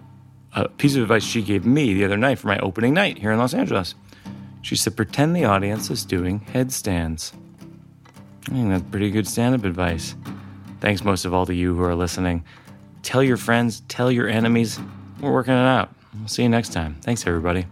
C: a piece of advice she gave me the other night for my opening night here in Los Angeles. She said, "Pretend the audience is doing headstands." I think that's pretty good stand-up advice. Thanks most of all to you who are listening. Tell your friends, tell your enemies. We're working it out. We'll see you next time. Thanks, everybody.